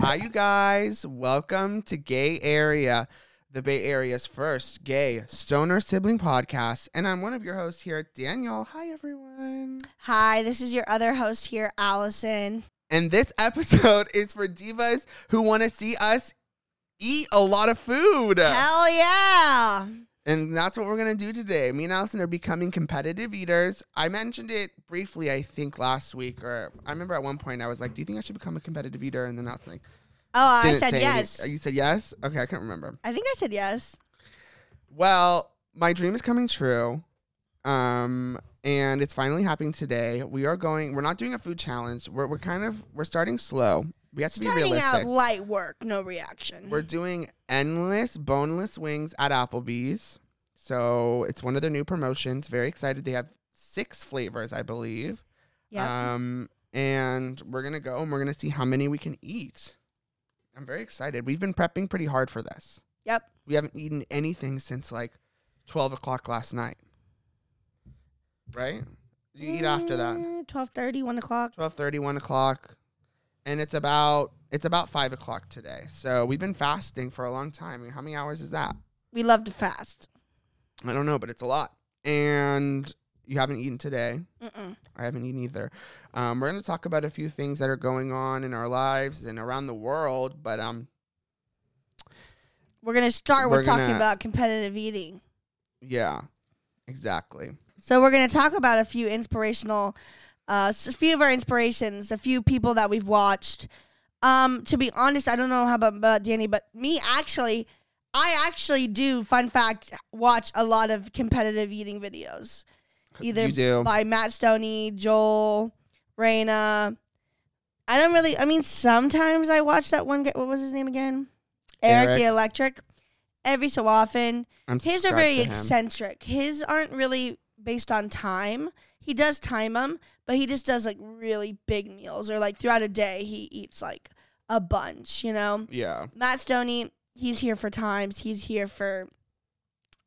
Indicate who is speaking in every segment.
Speaker 1: Hi, you guys. Welcome to Gay Area, the Bay Area's first gay stoner sibling podcast. And I'm one of your hosts here, Daniel. Hi, everyone.
Speaker 2: Hi, this is your other host here, Allison.
Speaker 1: And this episode is for divas who want to see us eat a lot of food.
Speaker 2: Hell yeah!
Speaker 1: And that's what we're going to do today. Me and Allison are becoming competitive eaters. I mentioned it briefly, I think, last week. Or I remember at one point I was like, Do you think I should become a competitive eater? And then I was like,
Speaker 2: Oh, I
Speaker 1: didn't
Speaker 2: said
Speaker 1: say any-
Speaker 2: yes.
Speaker 1: You said yes? Okay, I can't remember.
Speaker 2: I think I said yes.
Speaker 1: Well, my dream is coming true. Um, and it's finally happening today. We are going, we're not doing a food challenge. We're, we're kind of, we're starting slow. We have to be
Speaker 2: Starting out
Speaker 1: realistic.
Speaker 2: light work, no reaction.
Speaker 1: We're doing endless boneless wings at Applebee's. So it's one of their new promotions. Very excited. They have six flavors, I believe.
Speaker 2: yeah.
Speaker 1: Um, and we're going to go and we're going to see how many we can eat. I'm very excited. We've been prepping pretty hard for this.
Speaker 2: yep.
Speaker 1: We haven't eaten anything since like twelve o'clock last night. Right? You eat after that.
Speaker 2: Mm, 12.30, 1 o'clock.
Speaker 1: 12:30, 1 o'clock. And it's about it's about five o'clock today. So we've been fasting for a long time. I mean, how many hours is that?
Speaker 2: We love to fast.
Speaker 1: I don't know, but it's a lot. And you haven't eaten today.
Speaker 2: Mm-mm.
Speaker 1: I haven't eaten either. Um, we're going to talk about a few things that are going on in our lives and around the world. But um,
Speaker 2: We're going to start with
Speaker 1: We're
Speaker 2: talking
Speaker 1: gonna-
Speaker 2: about competitive eating.
Speaker 1: yeah, exactly.
Speaker 2: So we're going to talk about a few inspirational, uh, s- a few of our inspirations, a few people that we've watched. Um, to be honest, I don't know how about, about Danny, but me actually, I actually do. Fun fact: watch a lot of competitive eating videos, either
Speaker 1: you do.
Speaker 2: by Matt Stoney, Joel, Raina. I don't really. I mean, sometimes I watch that one. guy- What was his name again? Eric,
Speaker 1: Eric.
Speaker 2: the Electric. Every so often,
Speaker 1: I'm
Speaker 2: his are
Speaker 1: subscribed
Speaker 2: very
Speaker 1: to him.
Speaker 2: eccentric. His aren't really based on time. He does time them, but he just does like really big meals or like throughout a day he eats like a bunch, you know.
Speaker 1: Yeah.
Speaker 2: Matt Stoney, he's here for times. He's here for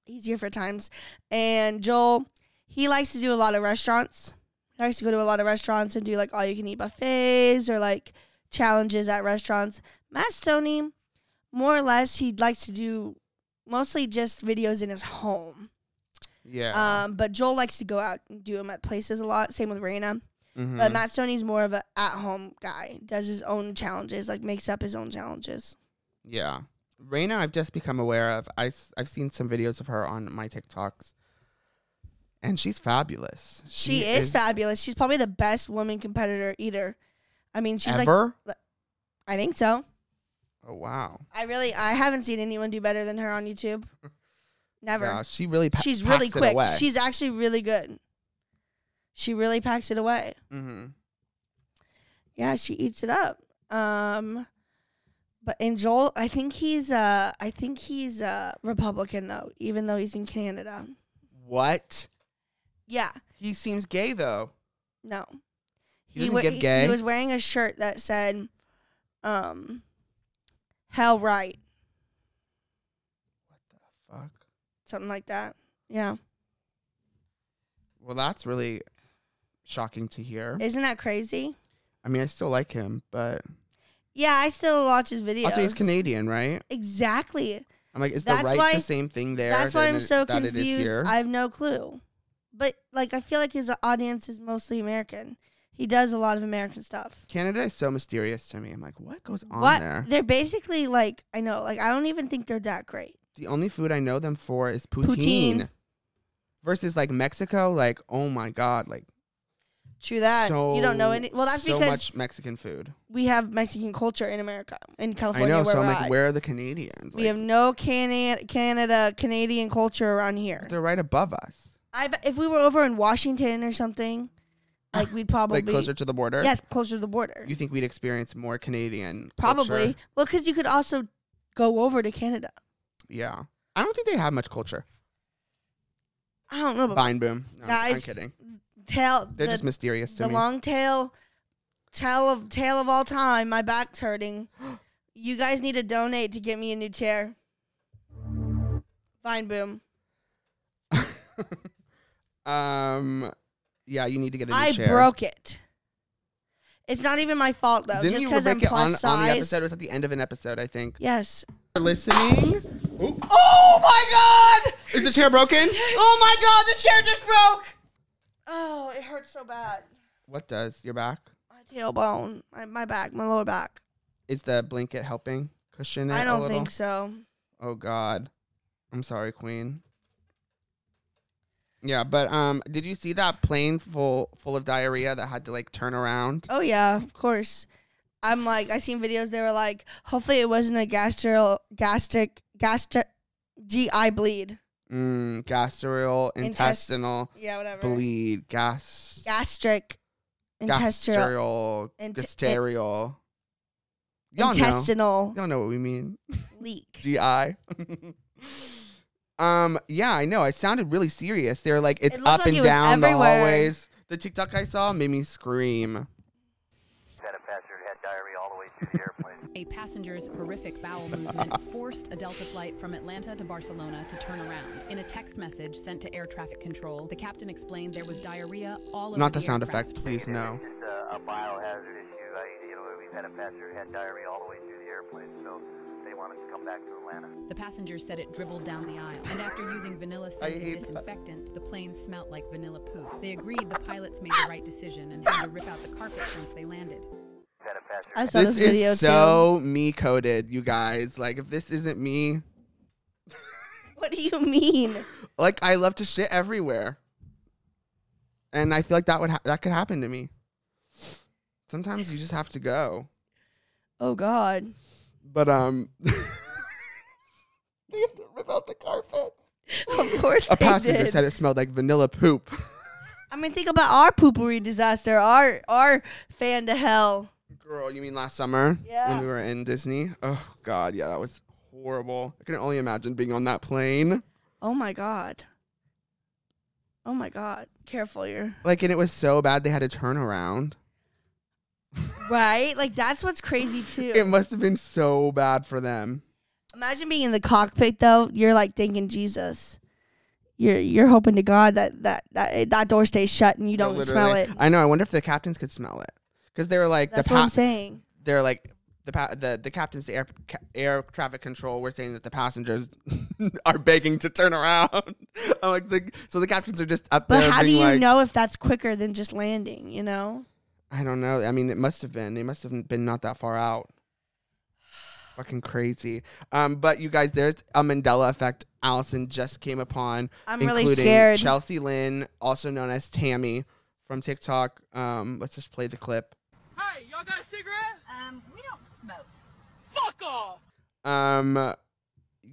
Speaker 2: he's here for times. And Joel, he likes to do a lot of restaurants. He likes to go to a lot of restaurants and do like all you can eat buffets or like challenges at restaurants. Matt Stoney, more or less, he likes to do mostly just videos in his home.
Speaker 1: Yeah.
Speaker 2: Um, but Joel likes to go out and do them at places a lot. Same with Raina.
Speaker 1: Mhm.
Speaker 2: But Matt Stoney's more of a at home guy. Does his own challenges, like makes up his own challenges.
Speaker 1: yeah. Raina, I've just become aware of. I, have seen some videos of her on my TikToks. And she's fabulous.
Speaker 2: She, is, fabulous. She's probably the best woman competitor eater. I mean, she's like,
Speaker 1: ever?
Speaker 2: I think so.
Speaker 1: oh, wow.
Speaker 2: I really, I haven't seen anyone do better than her on YouTube. Never.
Speaker 1: Yeah, she really pa-
Speaker 2: She's
Speaker 1: packs
Speaker 2: really
Speaker 1: it
Speaker 2: quick.
Speaker 1: away.
Speaker 2: She's actually really good. She really packs it away.
Speaker 1: Mhm.
Speaker 2: Yeah, she eats it up. Um, but and Joel, I think he's uh, I think he's uh Republican though, even though he's in Canada.
Speaker 1: What?
Speaker 2: Yeah,
Speaker 1: He seems gay, though.
Speaker 2: no.
Speaker 1: He doesn't
Speaker 2: wa-
Speaker 1: give gay?
Speaker 2: He was wearing a shirt that said, um, "Hell right,"
Speaker 1: What the fuck?
Speaker 2: something like that. Yeah,
Speaker 1: Well, that's really shocking to hear.
Speaker 2: isn't that crazy?
Speaker 1: I mean, I still like him, but
Speaker 2: Yeah, I still watch his videos.
Speaker 1: also he's Canadian, right?
Speaker 2: Exactly.
Speaker 1: I'm like, is
Speaker 2: That's
Speaker 1: the right
Speaker 2: why-
Speaker 1: the same thing there?
Speaker 2: That's why
Speaker 1: than
Speaker 2: I'm
Speaker 1: it-
Speaker 2: so
Speaker 1: that it is
Speaker 2: confused.
Speaker 1: here?
Speaker 2: I have no clue. But like, I feel like his audience is mostly American. He does a lot of American stuff.
Speaker 1: Canada is so mysterious to me. I'm like, what goes on
Speaker 2: what
Speaker 1: there?
Speaker 2: they're basically like, I know. Like, I don't even think they're that great.
Speaker 1: The only food I know them for is poutine.
Speaker 2: Poutine.
Speaker 1: Versus like Mexico, like oh my god, like
Speaker 2: True that.
Speaker 1: so
Speaker 2: you don't know any. Well, that's
Speaker 1: so
Speaker 2: because
Speaker 1: much Mexican food.
Speaker 2: we have Mexican culture in America, in
Speaker 1: I
Speaker 2: California.
Speaker 1: know,
Speaker 2: where
Speaker 1: so I'm
Speaker 2: we're
Speaker 1: like,
Speaker 2: at.
Speaker 1: where are the Canadians?
Speaker 2: We
Speaker 1: Like,
Speaker 2: have no Canada, Canada, Canadian culture around here.
Speaker 1: they're right above us,
Speaker 2: I bet if we were over in Washington or something, like we'd probably
Speaker 1: like closer to the border.
Speaker 2: yes, closer to the border,
Speaker 1: you think we'd experience more Canadian?
Speaker 2: probably.
Speaker 1: culture?
Speaker 2: Well, because you could also go over to Canada.
Speaker 1: Yeah, I don't think they have much culture.
Speaker 2: I don't know, but
Speaker 1: Vine boom. No, I'm
Speaker 2: Guys,
Speaker 1: kidding.
Speaker 2: tail
Speaker 1: They're
Speaker 2: the,
Speaker 1: just mysterious to
Speaker 2: the
Speaker 1: me.
Speaker 2: long tail, tale of tale of all time. My back's hurting. you guys need to donate to get me a new chair. Fine, boom.
Speaker 1: um, yeah, you need to get a new
Speaker 2: I
Speaker 1: chair.
Speaker 2: broke it. It's not even my fault though.
Speaker 1: Didn't
Speaker 2: just
Speaker 1: you
Speaker 2: because I'm
Speaker 1: break it on,
Speaker 2: plus
Speaker 1: on the
Speaker 2: size.
Speaker 1: episode? It was at the end of an episode, I think.
Speaker 2: yes.
Speaker 1: For listening. Oh my God! Is the chair broken?
Speaker 3: Oh my god, the chair just broke!
Speaker 2: Oh, it hurts so bad.
Speaker 1: What does your back?
Speaker 2: My tailbone, my, my back, my lower back.
Speaker 1: Is the blanket helping cushion it
Speaker 2: I
Speaker 1: a
Speaker 2: don't
Speaker 1: little?
Speaker 2: think so.
Speaker 1: Oh God, I'm sorry, Queen. Yeah, but um, did you see that plane full full of diarrhea that had to like turn around?
Speaker 2: Oh yeah, of course. I'm like I seen videos. They were like, hopefully it wasn't a gastro gastric gastric GI bleed.
Speaker 1: Mm, gastral
Speaker 2: Intest-
Speaker 1: intestinal
Speaker 2: Yeah, whatever.
Speaker 1: bleed gas
Speaker 2: Gastric
Speaker 1: gasterial
Speaker 2: intestinal Int-
Speaker 1: gasterial. Y'all know.
Speaker 2: intestinal
Speaker 1: Y'all know what we mean.
Speaker 2: leak.
Speaker 1: GI. um, yeah, I know. It sounded really serious. They're like, it's
Speaker 2: It looked
Speaker 1: up
Speaker 2: like
Speaker 1: and
Speaker 2: it was
Speaker 1: down the
Speaker 2: everywhere.
Speaker 1: hallways. The TikTok I saw made me scream.
Speaker 4: That a passenger had diarrhea all the way through the airplane.
Speaker 5: A passenger's horrific bowel movement forced a Delta flight from Atlanta to Barcelona to turn around. In a text message sent to air traffic control, the captain explained there was diarrhea all over
Speaker 1: Not the
Speaker 5: the
Speaker 1: sound
Speaker 5: aircraft.
Speaker 1: effect, please. No.
Speaker 4: Just a, a biohazard issue. I, you know, we've had a passenger had diarrhea all the way through the airplane, so they want us to come back to Atlanta.
Speaker 5: The passenger said it dribbled down the aisle, and after using vanilla
Speaker 1: hate
Speaker 5: scented
Speaker 1: that.
Speaker 5: disinfectant, the plane smelt like vanilla poop. They agreed the pilots made the right decision and had to rip out the carpet once they landed.
Speaker 4: That a passenger
Speaker 2: I saw this,
Speaker 1: This
Speaker 2: video
Speaker 1: is so me coded, you guys. Like, if this isn't me,
Speaker 2: too. What do you mean?
Speaker 1: like, I love to shit everywhere, and I feel like that would ha- that could happen to me. Sometimes you just have to go.
Speaker 2: Oh God.
Speaker 1: But um, they have to rip out the carpet.
Speaker 2: Of course
Speaker 1: A
Speaker 2: they
Speaker 1: passenger
Speaker 2: did.
Speaker 1: said it smelled like vanilla poop.
Speaker 2: I mean, think about our poopery disaster. Our our fan to hell.
Speaker 1: Girl, you mean last summer? When
Speaker 2: Yeah.
Speaker 1: we were in Disney? Oh, God. Yeah, that was horrible. I can only imagine being on that plane.
Speaker 2: Oh my God. Oh my God. Careful, you're
Speaker 1: Like, and it was so bad they had to turn around.
Speaker 2: right. Like that's what's crazy too.
Speaker 1: It must have been so bad for them.
Speaker 2: Imagine being in the cockpit though. You're like thinking Jesus. You're you're hoping to God that that that, that door stays shut and you
Speaker 1: No,
Speaker 2: don't
Speaker 1: literally.
Speaker 2: smell it.
Speaker 1: I know. I wonder if the captains could smell it. Because they were like,
Speaker 2: That's
Speaker 1: the
Speaker 2: what
Speaker 1: pa-
Speaker 2: I'm saying.
Speaker 1: they're like, the, pa- the the captains, the air, ca- air traffic control, were saying that the passengers are begging to turn around. I'm like, the, so the captains are just up
Speaker 2: But
Speaker 1: there.
Speaker 2: how do
Speaker 1: being
Speaker 2: you
Speaker 1: like,
Speaker 2: know if that's quicker than just landing? You know.
Speaker 1: I don't know. I mean, it must have been. They must have been not that far out. Fucking crazy. Um, but you guys, there's a Mandela effect. Allison just came upon.
Speaker 2: I'm really
Speaker 1: including
Speaker 2: scared.
Speaker 1: Chelsea Lynn, also known as Tammy from TikTok. Um, let's just play the clip.
Speaker 3: Hey, y'all got a cigarette?
Speaker 5: Um, we don't smoke.
Speaker 3: Fuck off!
Speaker 1: Um,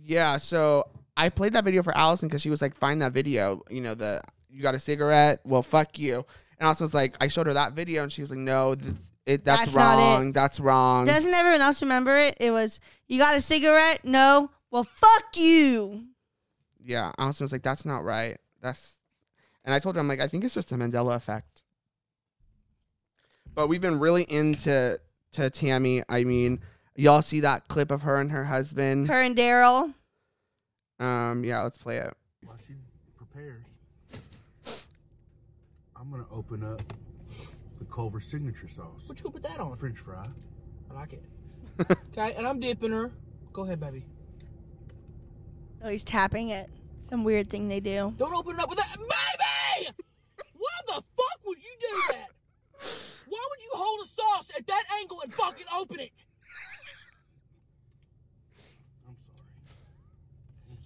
Speaker 1: yeah. So I played that video for Allison because she was like, "Find that video." You know, the you got a cigarette? Well, fuck you. And Allison was like, I showed her that video, and she was like, "No, that's, it, that's,
Speaker 2: That's not it.
Speaker 1: wrong. That's wrong."
Speaker 2: Doesn't everyone else remember it? It was you got a cigarette? No. Well, fuck you.
Speaker 1: yeah, Allison was like, "That's not right. That's," and I told her, "I'm like, I think it's just a Mandela effect." But we've been really into to Tammy. I mean, y'all see that clip of her and her husband?
Speaker 2: Her and Daryl.
Speaker 1: Um, yeah, let's play it.
Speaker 6: while she prepares, I'm gonna open up the Culver signature sauce.
Speaker 7: What you put that on?
Speaker 6: French fry.
Speaker 7: I like it. okay, and I'm dipping her. Go ahead, baby.
Speaker 2: Oh, he's tapping it. Some weird thing they do.
Speaker 7: Don't open it up with that, baby. Why the fuck would you do that? Why would you hold a sauce at that angle and fucking open it?
Speaker 6: I'm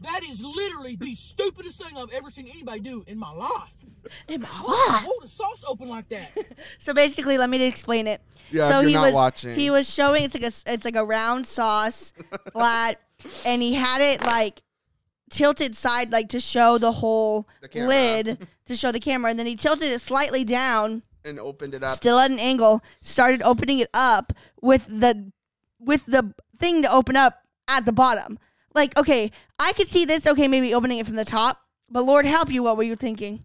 Speaker 6: sorry.
Speaker 7: That is literally the stupidest thing I've ever seen anybody do in my life.
Speaker 2: In my
Speaker 7: Hold a sauce open like that.
Speaker 2: So basically, let me explain it.
Speaker 1: Yeah, if
Speaker 2: so
Speaker 1: you're
Speaker 2: he
Speaker 1: not
Speaker 2: was
Speaker 1: watching.
Speaker 2: he was showing it's like a s- it's like a round sauce, flat, and he had it like tilted side like to show the whole
Speaker 1: camera.
Speaker 2: lid to show the camera, and then he tilted it slightly down,
Speaker 1: And opened it up.
Speaker 2: still at an angle. Started opening it up with the with the thing to open up at the bottom. Like okay, I could see this. Okay, maybe opening it from the top, but Lord help you, what were you thinking?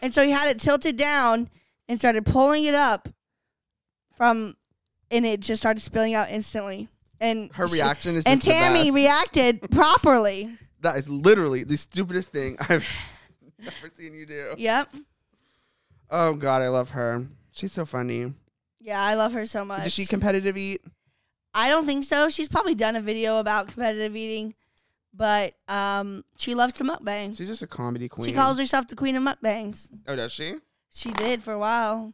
Speaker 2: And so he had it tilted down and started pulling it up from, and it just started spilling out instantly. And
Speaker 1: Her
Speaker 2: she-
Speaker 1: reaction is
Speaker 2: and
Speaker 1: just the
Speaker 2: Tammy
Speaker 1: best.
Speaker 2: reacted properly.
Speaker 1: that is literally the stupidest thing I've ever seen you do.
Speaker 2: Yep.
Speaker 1: Oh God, I love her. She's so funny.
Speaker 2: Yeah, I love her so much.
Speaker 1: Does she competitive eat?
Speaker 2: I don't think so. She's probably done a video about competitive eating, but um, she loves to mukbang.
Speaker 1: She's just a comedy queen.
Speaker 2: She calls herself the queen of mukbangs.
Speaker 1: Oh, does she?
Speaker 2: She did for a while.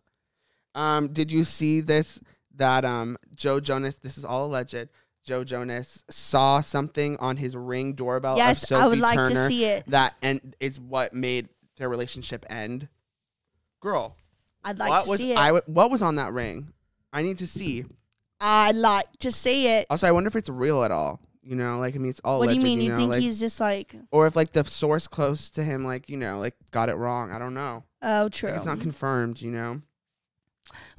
Speaker 1: Um, did you see this? That um, Joe Jonas. This is all alleged. Joe Jonas saw something on his ring doorbell. of
Speaker 2: yes, I would
Speaker 1: Sophie
Speaker 2: like
Speaker 1: Turner
Speaker 2: to see it.
Speaker 1: That and is what made their relationship end. Girl,
Speaker 2: I'd like
Speaker 1: what
Speaker 2: to
Speaker 1: was
Speaker 2: see it.
Speaker 1: I? w- What was on that ring? I need to see.
Speaker 2: I'd like to see it.
Speaker 1: Also, I wonder if it's real at all. You know, like I mean, it's all.
Speaker 2: What do you
Speaker 1: alleged,
Speaker 2: mean? You,
Speaker 1: know,
Speaker 2: think
Speaker 1: like-
Speaker 2: he's just like,
Speaker 1: or if like the source close to him, like you know, like got it wrong. I don't know.
Speaker 2: oh, true.
Speaker 1: Like, it's not confirmed. You know.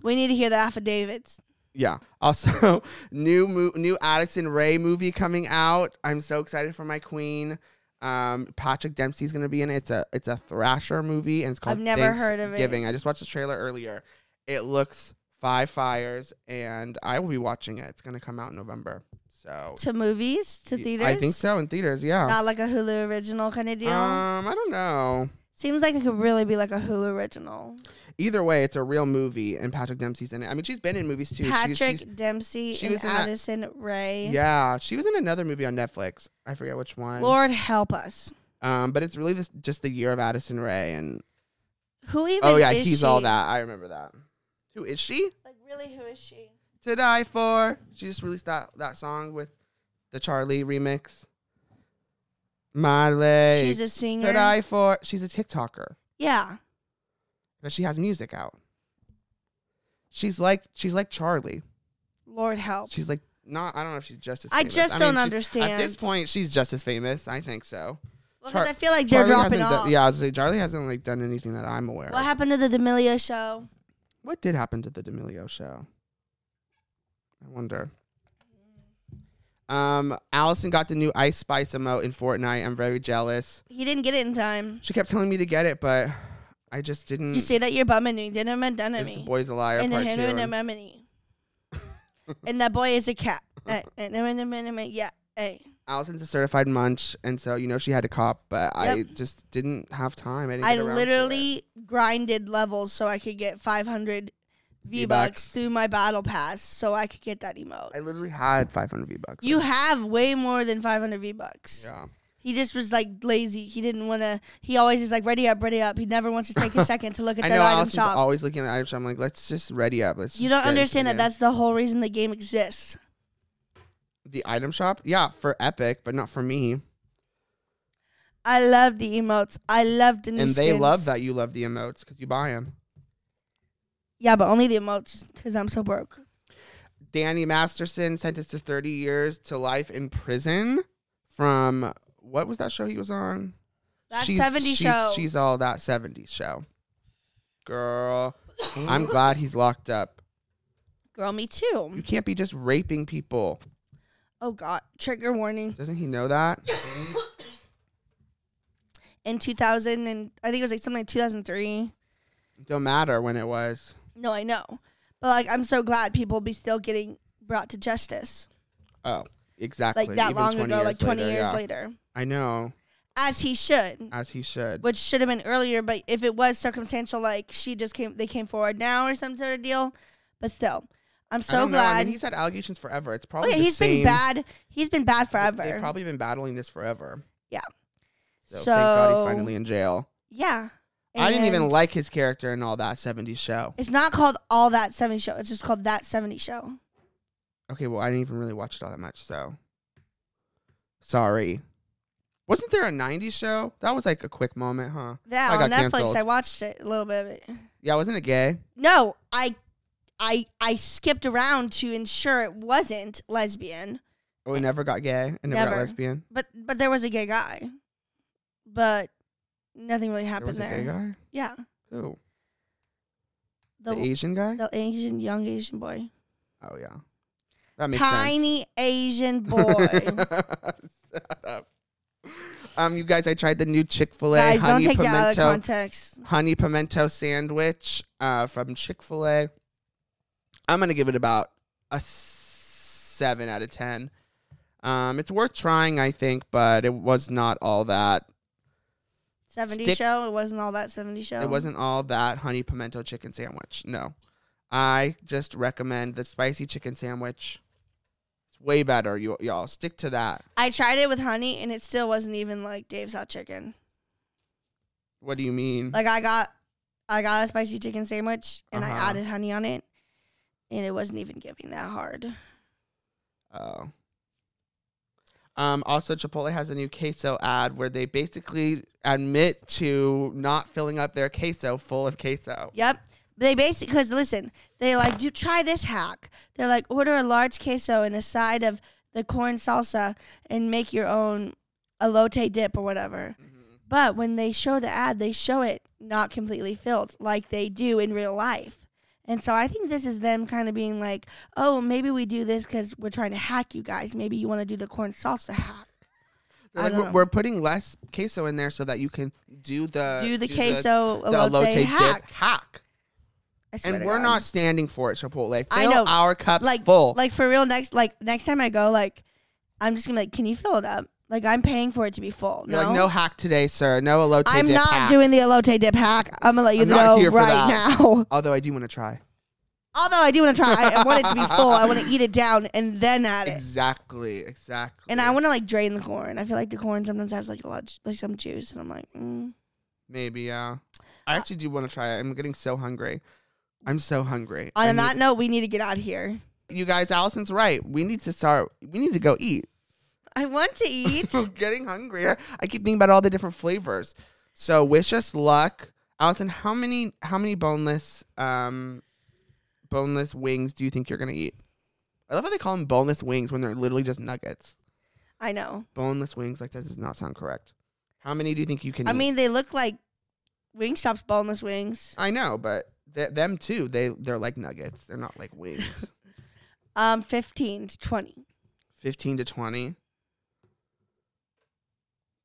Speaker 2: we need to hear the affidavits.
Speaker 1: Yeah. Also, new mo- new Addison Ray movie coming out. I'm so excited for my queen. Um, Patrick Dempsey's gonna be in it. It's a it's a Thrasher movie, and it's called
Speaker 2: I've never heard of it.
Speaker 1: Thanksgiving. I just watched the trailer earlier. It looks five fires, and I will be watching it. It's gonna come out in November. So
Speaker 2: To movies? To
Speaker 1: y-
Speaker 2: theaters?
Speaker 1: I think so in theaters. Yeah.
Speaker 2: Not like a Hulu original kind of deal.
Speaker 1: Um, I don't know.
Speaker 2: Seems like it could really be like a Hulu original.
Speaker 1: Either way, it's a real movie, and Patrick Dempsey's in it. I mean, she's been in movies too. She's-
Speaker 2: Patrick
Speaker 1: she's-
Speaker 2: Dempsey
Speaker 1: she
Speaker 2: and
Speaker 1: was in that-
Speaker 2: Addison Ray.
Speaker 1: yeah, she was in another movie on Netflix. I forget which one.
Speaker 2: Lord help us.
Speaker 1: Um, but it's really this, just the year of Addison Ray and
Speaker 2: Who even?
Speaker 1: oh yeah,
Speaker 2: is
Speaker 1: he's
Speaker 2: she?
Speaker 1: all that. I remember that. Who is she
Speaker 2: Like really, who is she?
Speaker 1: to die for? She just released that that song with the Charlie remix. My leg
Speaker 2: She's a singer.
Speaker 1: to die for. She's a TikToker,
Speaker 2: Yeah,
Speaker 1: but she has music out. She's like she's like Charlie.
Speaker 2: Lord help.
Speaker 1: She's like not. I don't know if she's just as.
Speaker 2: I
Speaker 1: Famous.
Speaker 2: just don't
Speaker 1: she's- At
Speaker 2: understand.
Speaker 1: this point, she's just as famous. I think so.
Speaker 2: Because
Speaker 1: Char-
Speaker 2: I feel like they're
Speaker 1: Charlie
Speaker 2: dropping
Speaker 1: hasn't done-
Speaker 2: off.
Speaker 1: yeah, I was like, Charlie hasn't like done anything that I'm aware.
Speaker 2: What
Speaker 1: of.
Speaker 2: happened to the D'Amelio show?
Speaker 1: What did happen to the D'Amelio show? I wonder. Um, Allison got the new Ice Spice emote in Fortnite. I'm very jealous.
Speaker 2: He didn't get it in time.
Speaker 1: She kept telling me to get it, but I just didn't.
Speaker 2: You say that you're bumming me. Then I'm a
Speaker 1: Mm. it's the
Speaker 2: enemy.
Speaker 1: boy's a liar
Speaker 2: And
Speaker 1: part
Speaker 2: then
Speaker 1: two.
Speaker 2: I'm
Speaker 1: and-
Speaker 2: an enemy. And that boy is a cat. Eh, And I'm an enemy. Yeah. Hey.
Speaker 1: Allison's a certified munch, and so you know she had to cop, but I
Speaker 2: Yep.
Speaker 1: just didn't have time. I, didn't
Speaker 2: I
Speaker 1: get around to it.
Speaker 2: literally grinded levels so I could get 500 V bucks
Speaker 1: V-Bucks.
Speaker 2: through my battle pass so I could get that emote.
Speaker 1: I literally had 500 V bucks.
Speaker 2: You have way more than 500 V bucks.
Speaker 1: yeah.
Speaker 2: He just was like lazy. He didn't want to. He always is like ready up, ready up. He never wants to take a second to look at
Speaker 1: I
Speaker 2: that
Speaker 1: know
Speaker 2: item
Speaker 1: Allison's
Speaker 2: shop.
Speaker 1: always looking at the item shop. I'm like, let's just ready up. Let's
Speaker 2: you
Speaker 1: just
Speaker 2: don't
Speaker 1: get into
Speaker 2: understand
Speaker 1: the
Speaker 2: that
Speaker 1: game.
Speaker 2: that's the whole reason the game exists.
Speaker 1: the item shop. Yeah, for Epic, but not for me.
Speaker 2: I love the emotes. I love the new
Speaker 1: and they love
Speaker 2: skins.
Speaker 1: that you love the emotes because you buy them.
Speaker 2: Yeah, but only the emotes because I'm so broke.
Speaker 1: Danny Masterson sentenced to 30 years to life in prison from what was that show he was on?
Speaker 2: That 70
Speaker 1: she's,
Speaker 2: show.
Speaker 1: She's all that 70s show. Girl, I'm glad he's locked up.
Speaker 2: Girl, me
Speaker 1: You
Speaker 2: too.
Speaker 1: can't be just raping people.
Speaker 2: Oh, God. Trigger warning.
Speaker 1: Doesn't he know that?
Speaker 2: In 2000, and I think it was like something like 2003.
Speaker 1: Don't matter when it was.
Speaker 2: No, I know. But like, I'm so glad people be still getting brought to justice.
Speaker 1: Oh, exactly.
Speaker 2: Like that
Speaker 1: Even
Speaker 2: long
Speaker 1: 20
Speaker 2: ago,
Speaker 1: years
Speaker 2: like 20 years
Speaker 1: yeah.
Speaker 2: later.
Speaker 1: I know,
Speaker 2: As he should.
Speaker 1: as he should.
Speaker 2: which should have been earlier. But if it was circumstantial, like she just came, they came forward now or some sort of deal. But still, I'm
Speaker 1: I
Speaker 2: so
Speaker 1: don't know. I
Speaker 2: glad.
Speaker 1: mean, he's had allegations forever. It's
Speaker 2: oh
Speaker 1: probably
Speaker 2: yeah,
Speaker 1: the
Speaker 2: he's been
Speaker 1: same-
Speaker 2: bad. He's been bad
Speaker 1: They-
Speaker 2: forever.
Speaker 1: They've probably been battling this forever.
Speaker 2: Yeah.
Speaker 1: So, thank God he's
Speaker 2: So-
Speaker 1: finally in jail.
Speaker 2: yeah.
Speaker 1: I didn't even
Speaker 2: And
Speaker 1: like his character in all that 70s show.
Speaker 2: It's not called all that seventy show. It's just called that seventy show.
Speaker 1: Okay, well, I didn't even really watch it all that much, so sorry. Wasn't there a 90s show? That was like a quick moment, huh?
Speaker 2: Yeah,
Speaker 1: I
Speaker 2: on
Speaker 1: got
Speaker 2: Netflix.
Speaker 1: canceled.
Speaker 2: I watched it a little bit. Of it.
Speaker 1: Yeah, wasn't it gay?
Speaker 2: No, I, I, I skipped around to ensure it wasn't lesbian.
Speaker 1: Oh, it never got gay and never, got
Speaker 2: Never.
Speaker 1: lesbian.
Speaker 2: But but there was a gay guy. But nothing really
Speaker 1: There was
Speaker 2: happened
Speaker 1: a
Speaker 2: there.
Speaker 1: gay guy?
Speaker 2: Yeah.
Speaker 1: Who?
Speaker 2: The,
Speaker 1: The, Asian guy?
Speaker 2: the Asian young Asian boy.
Speaker 1: oh, yeah. That makes sense.
Speaker 2: Tiny Asian boy.
Speaker 1: Shut up. Um, you guys, I tried the new Chick fil A honey
Speaker 2: Guys, don't take
Speaker 1: pimento.
Speaker 2: that out of context.
Speaker 1: honey pimento sandwich uh, from Chick fil A. I'm going to give it about a 7 out of 10. Um, it's worth trying, I think, but it was not all that.
Speaker 2: 70
Speaker 1: Stick-
Speaker 2: show. It wasn't all that 70 show.
Speaker 1: It wasn't all that honey pimento chicken sandwich. No. I just recommend the spicy chicken sandwich. It's way better. You y'all stick to that.
Speaker 2: I tried it with honey and it still wasn't even like Dave's hot chicken.
Speaker 1: What do you mean?
Speaker 2: Like I got I got a spicy chicken sandwich and
Speaker 1: Uh-huh.
Speaker 2: I added honey on it and it wasn't even giving that hard.
Speaker 1: Oh. Um, also, Chipotle has a new queso ad where they basically admit to not filling up their queso full of queso.
Speaker 2: Yep. They basically because listen, they like do try this hack. They're like order a large queso and a side of the corn salsa and make your own elote dip or whatever.
Speaker 1: Mm-hmm.
Speaker 2: But when they show the ad, they show it not completely filled like they do in real life. And so I think this is them kind of being like, oh, maybe we do this because we're trying to hack you guys. Maybe you want to do the corn salsa hack.
Speaker 1: They're
Speaker 2: I
Speaker 1: like,
Speaker 2: don't
Speaker 1: we're,
Speaker 2: know.
Speaker 1: we're putting less queso in there so that you can do the
Speaker 2: do the queso
Speaker 1: the,
Speaker 2: elote,
Speaker 1: elote
Speaker 2: hack.
Speaker 1: dip hack.
Speaker 2: I swear
Speaker 1: And
Speaker 2: to
Speaker 1: we're
Speaker 2: God.
Speaker 1: not standing for it, Chipotle. Fill
Speaker 2: I know.
Speaker 1: our cup
Speaker 2: like
Speaker 1: full.
Speaker 2: like for real next like next time I go like I'm just gonna be like can you fill it up like I'm paying for it to be full
Speaker 1: You're
Speaker 2: no
Speaker 1: like, no hack today, sir. No elote
Speaker 2: I'm
Speaker 1: dip
Speaker 2: not
Speaker 1: hack."
Speaker 2: doing the elote dip hack I'm gonna let you
Speaker 1: I'm not
Speaker 2: know
Speaker 1: here for
Speaker 2: right
Speaker 1: that.
Speaker 2: now
Speaker 1: Although I do want to try.
Speaker 2: although I do want to try I, I want it to be full I want to eat it down and then add it
Speaker 1: Exactly, exactly.
Speaker 2: Eh. and I want to like drain the corn I feel like the corn sometimes has like a lot like some juice and I'm like mm.
Speaker 1: Maybe, yeah.
Speaker 2: Uh,
Speaker 1: I actually do want to try it. I'm getting so hungry. I'm so hungry. I
Speaker 2: on
Speaker 1: need-
Speaker 2: that note we need to get out of here
Speaker 1: you guys, Allison's right. We need to start. We need to go eat.
Speaker 2: I want to eat
Speaker 1: I'm getting hungrier. I keep thinking about all the different flavors. So wish us luck, Allison. How many how many boneless um boneless wings do you think you're gonna eat? I love how they call them boneless wings when they're literally just nuggets.
Speaker 2: I know
Speaker 1: Boneless wings, like that does not sound correct. How many do you think you can?
Speaker 2: I
Speaker 1: eat?
Speaker 2: mean they look like Wingstop's boneless wings
Speaker 1: I know, but th- them too. They they're like nuggets. They're not like wings.
Speaker 2: um 15 to 20
Speaker 1: 15 to 20.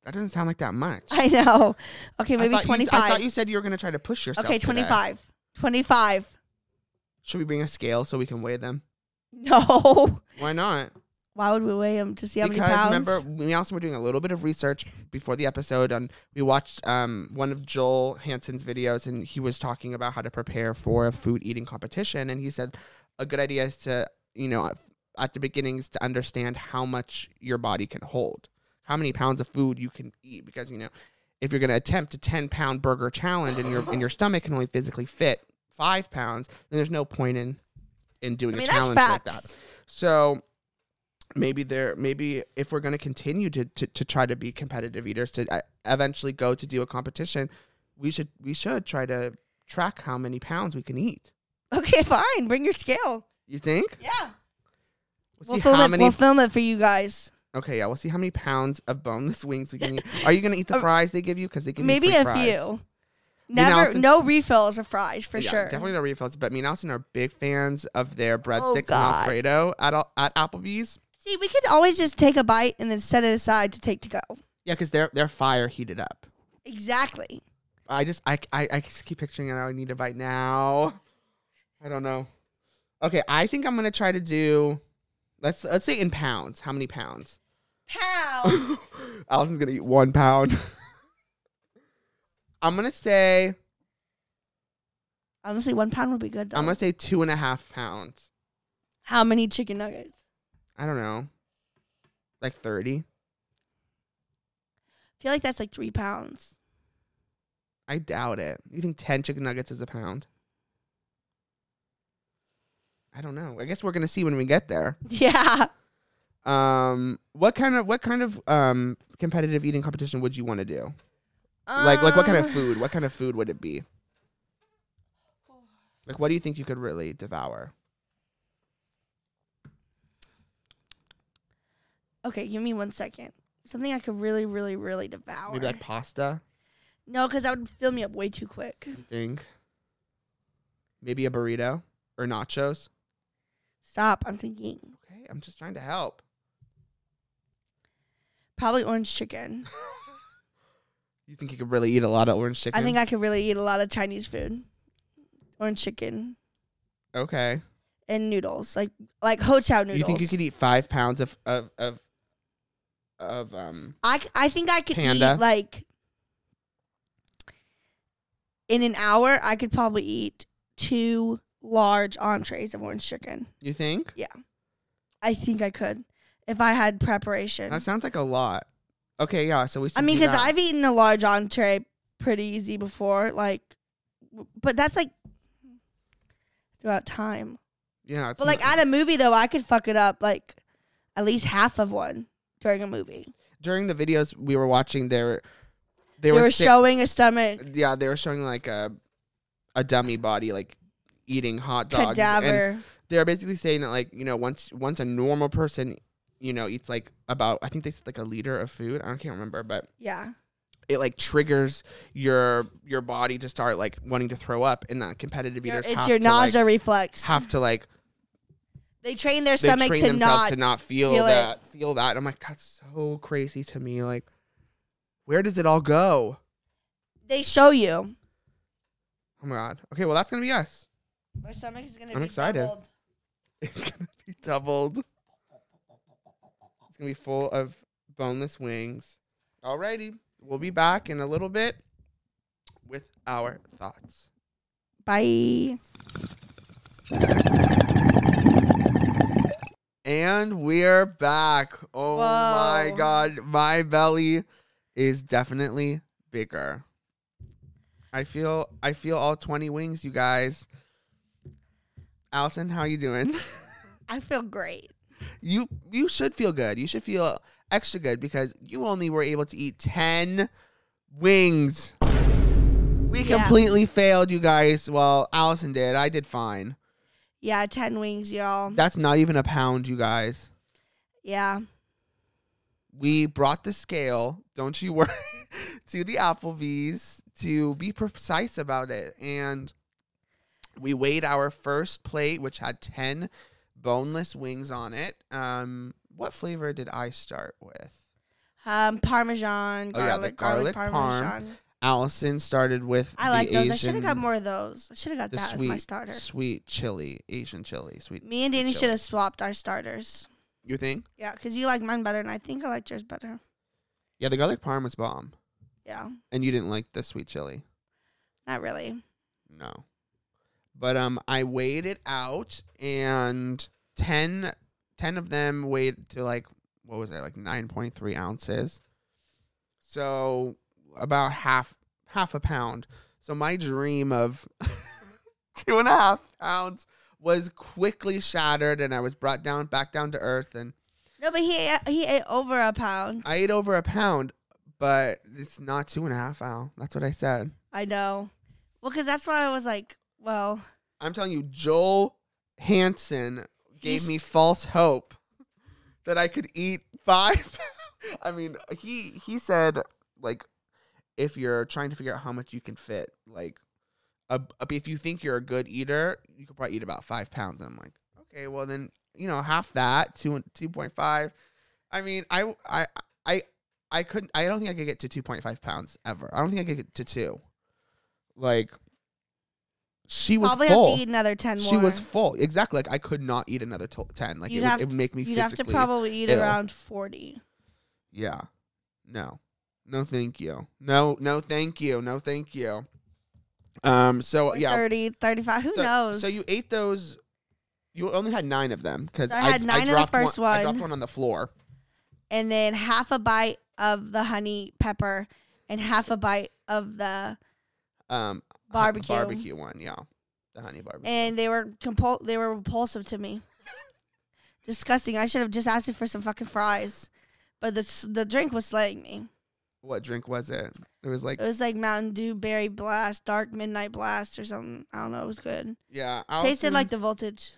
Speaker 1: That doesn't sound like that much.
Speaker 2: I know. Okay,
Speaker 1: I
Speaker 2: maybe
Speaker 1: thought you-
Speaker 2: 25.
Speaker 1: I thought you said you were going to try to push yourself.
Speaker 2: okay,
Speaker 1: today.
Speaker 2: 25. 25.
Speaker 1: Should we bring a scale so we can weigh them?
Speaker 2: No.
Speaker 1: Why not?
Speaker 2: Why would we weigh him to see how
Speaker 1: because
Speaker 2: many pounds?
Speaker 1: remember, we also were doing a little bit of research before the episode, and we watched um, one of Joel Hansen's videos, and he was talking about how to prepare for a food eating competition, and he said a good idea is to you know at- at the beginning is to understand how much your body can hold, how many pounds of food you can eat, because you know if you're going to attempt a 10 pound burger challenge and your and your stomach can only physically fit five pounds, then there's no point in in doing
Speaker 2: I mean,
Speaker 1: a
Speaker 2: that's
Speaker 1: challenge like that.
Speaker 2: facts.
Speaker 1: So maybe there maybe if we're going to continue to, to to try to be competitive eaters to uh, eventually go to do a competition we should we should try to track how many pounds we can eat
Speaker 2: Okay, fine. Bring your scale.
Speaker 1: you think
Speaker 2: Yeah.
Speaker 1: we'll,
Speaker 2: We'll
Speaker 1: see
Speaker 2: film,
Speaker 1: how
Speaker 2: it,
Speaker 1: many
Speaker 2: we'll film it for you guys.
Speaker 1: okay yeah we'll see how many pounds of boneless wings we can eat are you going to eat the fries they give you because they give
Speaker 2: Um, Maybe
Speaker 1: you free
Speaker 2: a
Speaker 1: fries.
Speaker 2: few.
Speaker 1: Me and
Speaker 2: Never,
Speaker 1: Allison-
Speaker 2: no refills of fries for
Speaker 1: Yeah,
Speaker 2: sure.
Speaker 1: Definitely no refills. But me and Allison are big fans of their breadsticks and
Speaker 2: Oh, God.
Speaker 1: Alfredo at Al- at Applebee's.
Speaker 2: See, we could always just take a bite and then set it aside to take to go.
Speaker 1: Yeah, because they're they're fire heated up.
Speaker 2: Exactly.
Speaker 1: I just I I, I just keep picturing it. I need to bite now. I don't know. Okay, I think I'm gonna try to do. Let's let's say in pounds. How many pounds?
Speaker 2: Pow.
Speaker 1: Allison's gonna eat one pound. I'm gonna say
Speaker 2: Honestly, one pound would be good. Though.
Speaker 1: I'm gonna say two and a half pounds.
Speaker 2: How many chicken nuggets?
Speaker 1: I don't know, like thirty.
Speaker 2: I feel like that's like three pounds.
Speaker 1: I doubt it. You think 10 chicken nuggets is a pound? I don't know. I guess we're going to see when we get there.
Speaker 2: Yeah.
Speaker 1: Um what kind of what kind of um competitive eating competition would you want to do? Like like what kind of
Speaker 2: Um,
Speaker 1: food? What kind of food would it be? Like what do you think you could really devour?
Speaker 2: Okay, give me one second. Something I could really, really, really devour.
Speaker 1: Maybe like pasta,
Speaker 2: no, because that would fill me up way too quick.
Speaker 1: you think? Maybe a burrito or nachos?
Speaker 2: Stop. I'm thinking
Speaker 1: Okay, I'm just trying to help.
Speaker 2: probably orange chicken.
Speaker 1: You think you could really eat a lot of orange chicken?
Speaker 2: I think I could really eat a lot of Chinese food, orange chicken
Speaker 1: Okay.
Speaker 2: and noodles, like like ho chow noodles.
Speaker 1: You think you could eat five pounds of of of, of um?
Speaker 2: I c- I think I could
Speaker 1: Panda?
Speaker 2: eat like in an hour. I could probably eat two large entrees of orange chicken.
Speaker 1: You think?
Speaker 2: I think I could if I had preparation.
Speaker 1: That sounds like a lot. Okay, yeah. So we. Should
Speaker 2: I mean,
Speaker 1: do
Speaker 2: because
Speaker 1: that.
Speaker 2: I've eaten a large entree pretty easy before, like, w- but that's like throughout time.
Speaker 1: Yeah, it's
Speaker 2: But like
Speaker 1: not-
Speaker 2: at a movie though, I could fuck it up like at least half of one during a movie.
Speaker 1: during the videos we were watching, they were they
Speaker 2: They
Speaker 1: were,
Speaker 2: were
Speaker 1: sa-
Speaker 2: showing a stomach
Speaker 1: Yeah, they were showing like a a dummy body like eating hot dogs. And
Speaker 2: cadaver.
Speaker 1: they're basically saying that like you know once once a normal person you know eats like about I think they said like a liter of food. I can't remember, but
Speaker 2: Yeah,
Speaker 1: it like triggers your your body to start like wanting to throw up, and that competitive
Speaker 2: Your-
Speaker 1: eaters
Speaker 2: it's
Speaker 1: have
Speaker 2: your
Speaker 1: to, like,
Speaker 2: nausea reflex.
Speaker 1: have to like
Speaker 2: they train their
Speaker 1: they
Speaker 2: stomach
Speaker 1: train
Speaker 2: to
Speaker 1: themselves
Speaker 2: not.
Speaker 1: to not feel,
Speaker 2: feel it.
Speaker 1: that feel that i'm like that's so crazy to me like where does it all go
Speaker 2: They show you.
Speaker 1: oh my god okay well that's gonna be us
Speaker 2: My stomach is gonna.
Speaker 1: I'm
Speaker 2: be
Speaker 1: excited.
Speaker 2: doubled.
Speaker 1: it's gonna be doubled it's gonna be full of boneless wings alrighty we'll be back in a little bit with our thoughts
Speaker 2: Bye.
Speaker 1: and we're back oh my
Speaker 2: Whoa.
Speaker 1: god my belly is definitely bigger i feel i feel all 20 wings you guys allison how you doing
Speaker 2: I feel great.
Speaker 1: you you should feel good you should feel extra good because you only were able to eat 10 wings we
Speaker 2: Yeah.
Speaker 1: completely failed you guys well allison did i did fine
Speaker 2: Yeah, ten wings, y'all.
Speaker 1: that's not even a pound you guys
Speaker 2: Yeah.
Speaker 1: we brought the scale, don't you worry, to the Applebee's to be precise about it. And we weighed our first plate, which had 10 boneless wings on it. Um, what flavor did I start with?
Speaker 2: Um, Parmesan, garlic,
Speaker 1: Oh, yeah, the
Speaker 2: garlic,
Speaker 1: garlic parm.
Speaker 2: Parmesan.
Speaker 1: Allison started with
Speaker 2: I like
Speaker 1: the
Speaker 2: those.
Speaker 1: Asian,
Speaker 2: I should have got more of those. I should have got
Speaker 1: the
Speaker 2: that
Speaker 1: sweet,
Speaker 2: as my starter.
Speaker 1: sweet chili, Asian chili, sweet.
Speaker 2: Me and
Speaker 1: chili.
Speaker 2: Danny should have swapped our starters.
Speaker 1: You think?
Speaker 2: Yeah, because you like mine better, and I think I liked yours better.
Speaker 1: Yeah, the garlic parm was bomb,
Speaker 2: Yeah,
Speaker 1: and you didn't like the sweet chili.
Speaker 2: not really.
Speaker 1: No. But um I weighed it out and 10, 10 of them weighed to like what was it, like nine point three ounces. So about half half a pound. So my dream of two and a half pounds was quickly shattered and I was brought down back down to earth and
Speaker 2: No, but he ate- he ate over a pound.
Speaker 1: I ate over a pound, but it's not two and a half ounce. That's what I said.
Speaker 2: I know. Well, because that's why I was like, well,
Speaker 1: I'm telling you, Joel Hansen gave
Speaker 2: He's-
Speaker 1: me false hope that I could eat five. I mean, he he said like if you're trying to figure out how much you can fit, like a, a- if you think you're a good eater, you could probably eat about five pounds. And I'm like, okay, well then you know half that two two point five. I mean, I I I I couldn't. I don't think I could get to two point five pounds ever. I don't think I could get to two. Like she was
Speaker 2: probably
Speaker 1: full
Speaker 2: have to eat another ten more.
Speaker 1: she was full exactly like i could not eat another t- 10 like it
Speaker 2: You'd
Speaker 1: would,
Speaker 2: have
Speaker 1: it would make me
Speaker 2: You'd
Speaker 1: physically
Speaker 2: have to probably eat
Speaker 1: ill.
Speaker 2: around forty.
Speaker 1: yeah no no thank you no no thank you no thank you um so
Speaker 2: Or
Speaker 1: yeah
Speaker 2: 30, 35, Who
Speaker 1: so,
Speaker 2: knows?
Speaker 1: so you ate those you only had nine of them because
Speaker 2: So I
Speaker 1: I,
Speaker 2: had nine of the
Speaker 1: dropped
Speaker 2: first
Speaker 1: i dropped
Speaker 2: one.
Speaker 1: one on the floor
Speaker 2: and then half a bite of the honey pepper, and half a bite of the
Speaker 1: um ha-
Speaker 2: Barbecue.
Speaker 1: barbecue one yeah the honey barbecue
Speaker 2: and they were compul- they were repulsive to me. Disgusting. I should have just asked for some fucking fries, but the s- the drink was slaying me.
Speaker 1: what drink was it it was like
Speaker 2: It was like Mountain Dew Berry Blast, Dark Midnight Blast, or something. I don't know. It was good.
Speaker 1: yeah
Speaker 2: Tasted
Speaker 1: Allison-
Speaker 2: like the voltage.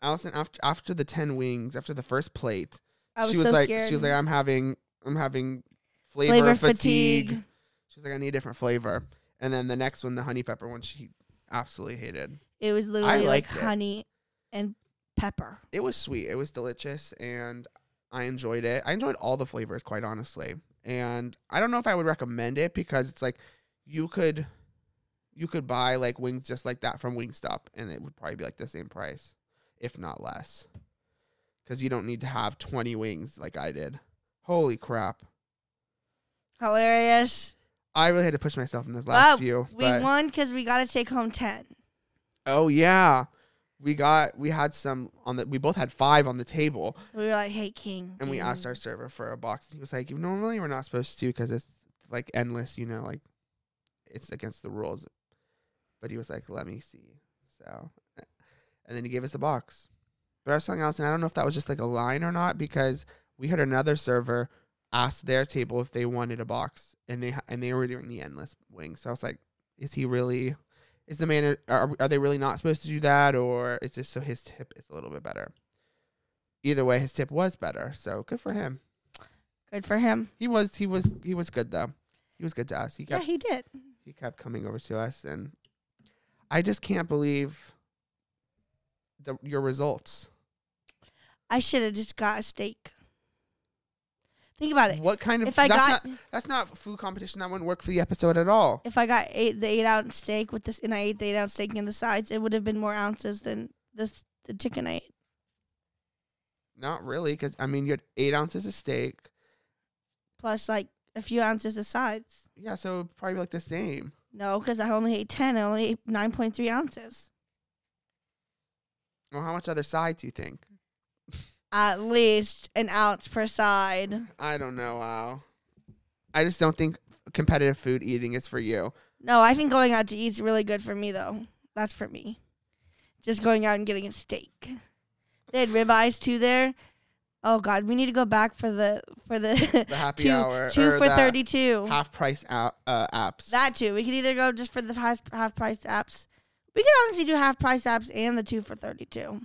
Speaker 1: allison after after the 10 wings after the first plate
Speaker 2: I was
Speaker 1: she was
Speaker 2: so
Speaker 1: like,
Speaker 2: scared.
Speaker 1: She was like, I'm having, I'm having flavor,
Speaker 2: Flavor
Speaker 1: fatigue.
Speaker 2: fatigue.
Speaker 1: She was like, I need a different flavor. And then the next one, the honey pepper one, she absolutely hated.
Speaker 2: it was literally like
Speaker 1: liked it.
Speaker 2: honey and pepper.
Speaker 1: It was sweet. It was delicious, and I enjoyed it. I enjoyed all the flavors, quite honestly. And I don't know if I would recommend it because it's like you could, you could buy like wings just like that from Wingstop, and it would probably be like the same price, if not less, because you don't need to have twenty wings like I did. Holy crap!
Speaker 2: Hilarious.
Speaker 1: I really had to push myself in this last
Speaker 2: Well,
Speaker 1: few.
Speaker 2: We
Speaker 1: but
Speaker 2: won because we got to take home ten.
Speaker 1: Oh yeah, we got we had some on the we both had five on the table,
Speaker 2: We were like, "Hey, King,"
Speaker 1: and we
Speaker 2: King."
Speaker 1: asked our server for a box. He was like, normally we're not supposed to because it's like endless, you know, like it's against the rules. But he was like, let me see. So, and then he gave us a box. But I was telling Allison, I don't know if that was just like a line or not because we had another server ask their table if they wanted a box, and they and they were doing the endless wing. So I was like, is he really? Is the man? Are, are they really not supposed to do that, or is this so his tip is a little bit better? Either way, his tip was better, so good for him.
Speaker 2: Good for him.
Speaker 1: He was he was he was good though. He was good to us. He
Speaker 2: Yeah,
Speaker 1: kept
Speaker 2: he did.
Speaker 1: he kept coming over to us, and I just can't believe the your results.
Speaker 2: I should have just got a steak. Think about it.
Speaker 1: What kind of
Speaker 2: If I
Speaker 1: that's
Speaker 2: got-
Speaker 1: not, that's not food competition. That wouldn't work for the episode at all.
Speaker 2: If I got eight the eight ounce steak with this, and I ate the eight ounce steak and the sides, it would have been more ounces than this the chicken I ate.
Speaker 1: Not really, because I mean you had eight ounces of steak.
Speaker 2: Plus, like a few ounces of sides.
Speaker 1: Yeah, so it'd probably be like the same.
Speaker 2: No, because I only ate ten. I only ate nine point three ounces.
Speaker 1: Well, how much other side do you think?
Speaker 2: At least an ounce per side.
Speaker 1: I don't know. Wow. I just don't think competitive food eating is for you.
Speaker 2: No, I think going out to eat's really good for me though. That's for me. Just going out and getting a steak. They had ribeyes too there. Oh God, we need to go back for the for the,
Speaker 1: The happy
Speaker 2: two,
Speaker 1: hour,
Speaker 2: two
Speaker 1: or
Speaker 2: for
Speaker 1: that
Speaker 2: thirty two.
Speaker 1: Half price app, uh, apps.
Speaker 2: Oh. That too. We could either go just for the half half price apps. We could honestly do half price apps and the two for thirty two.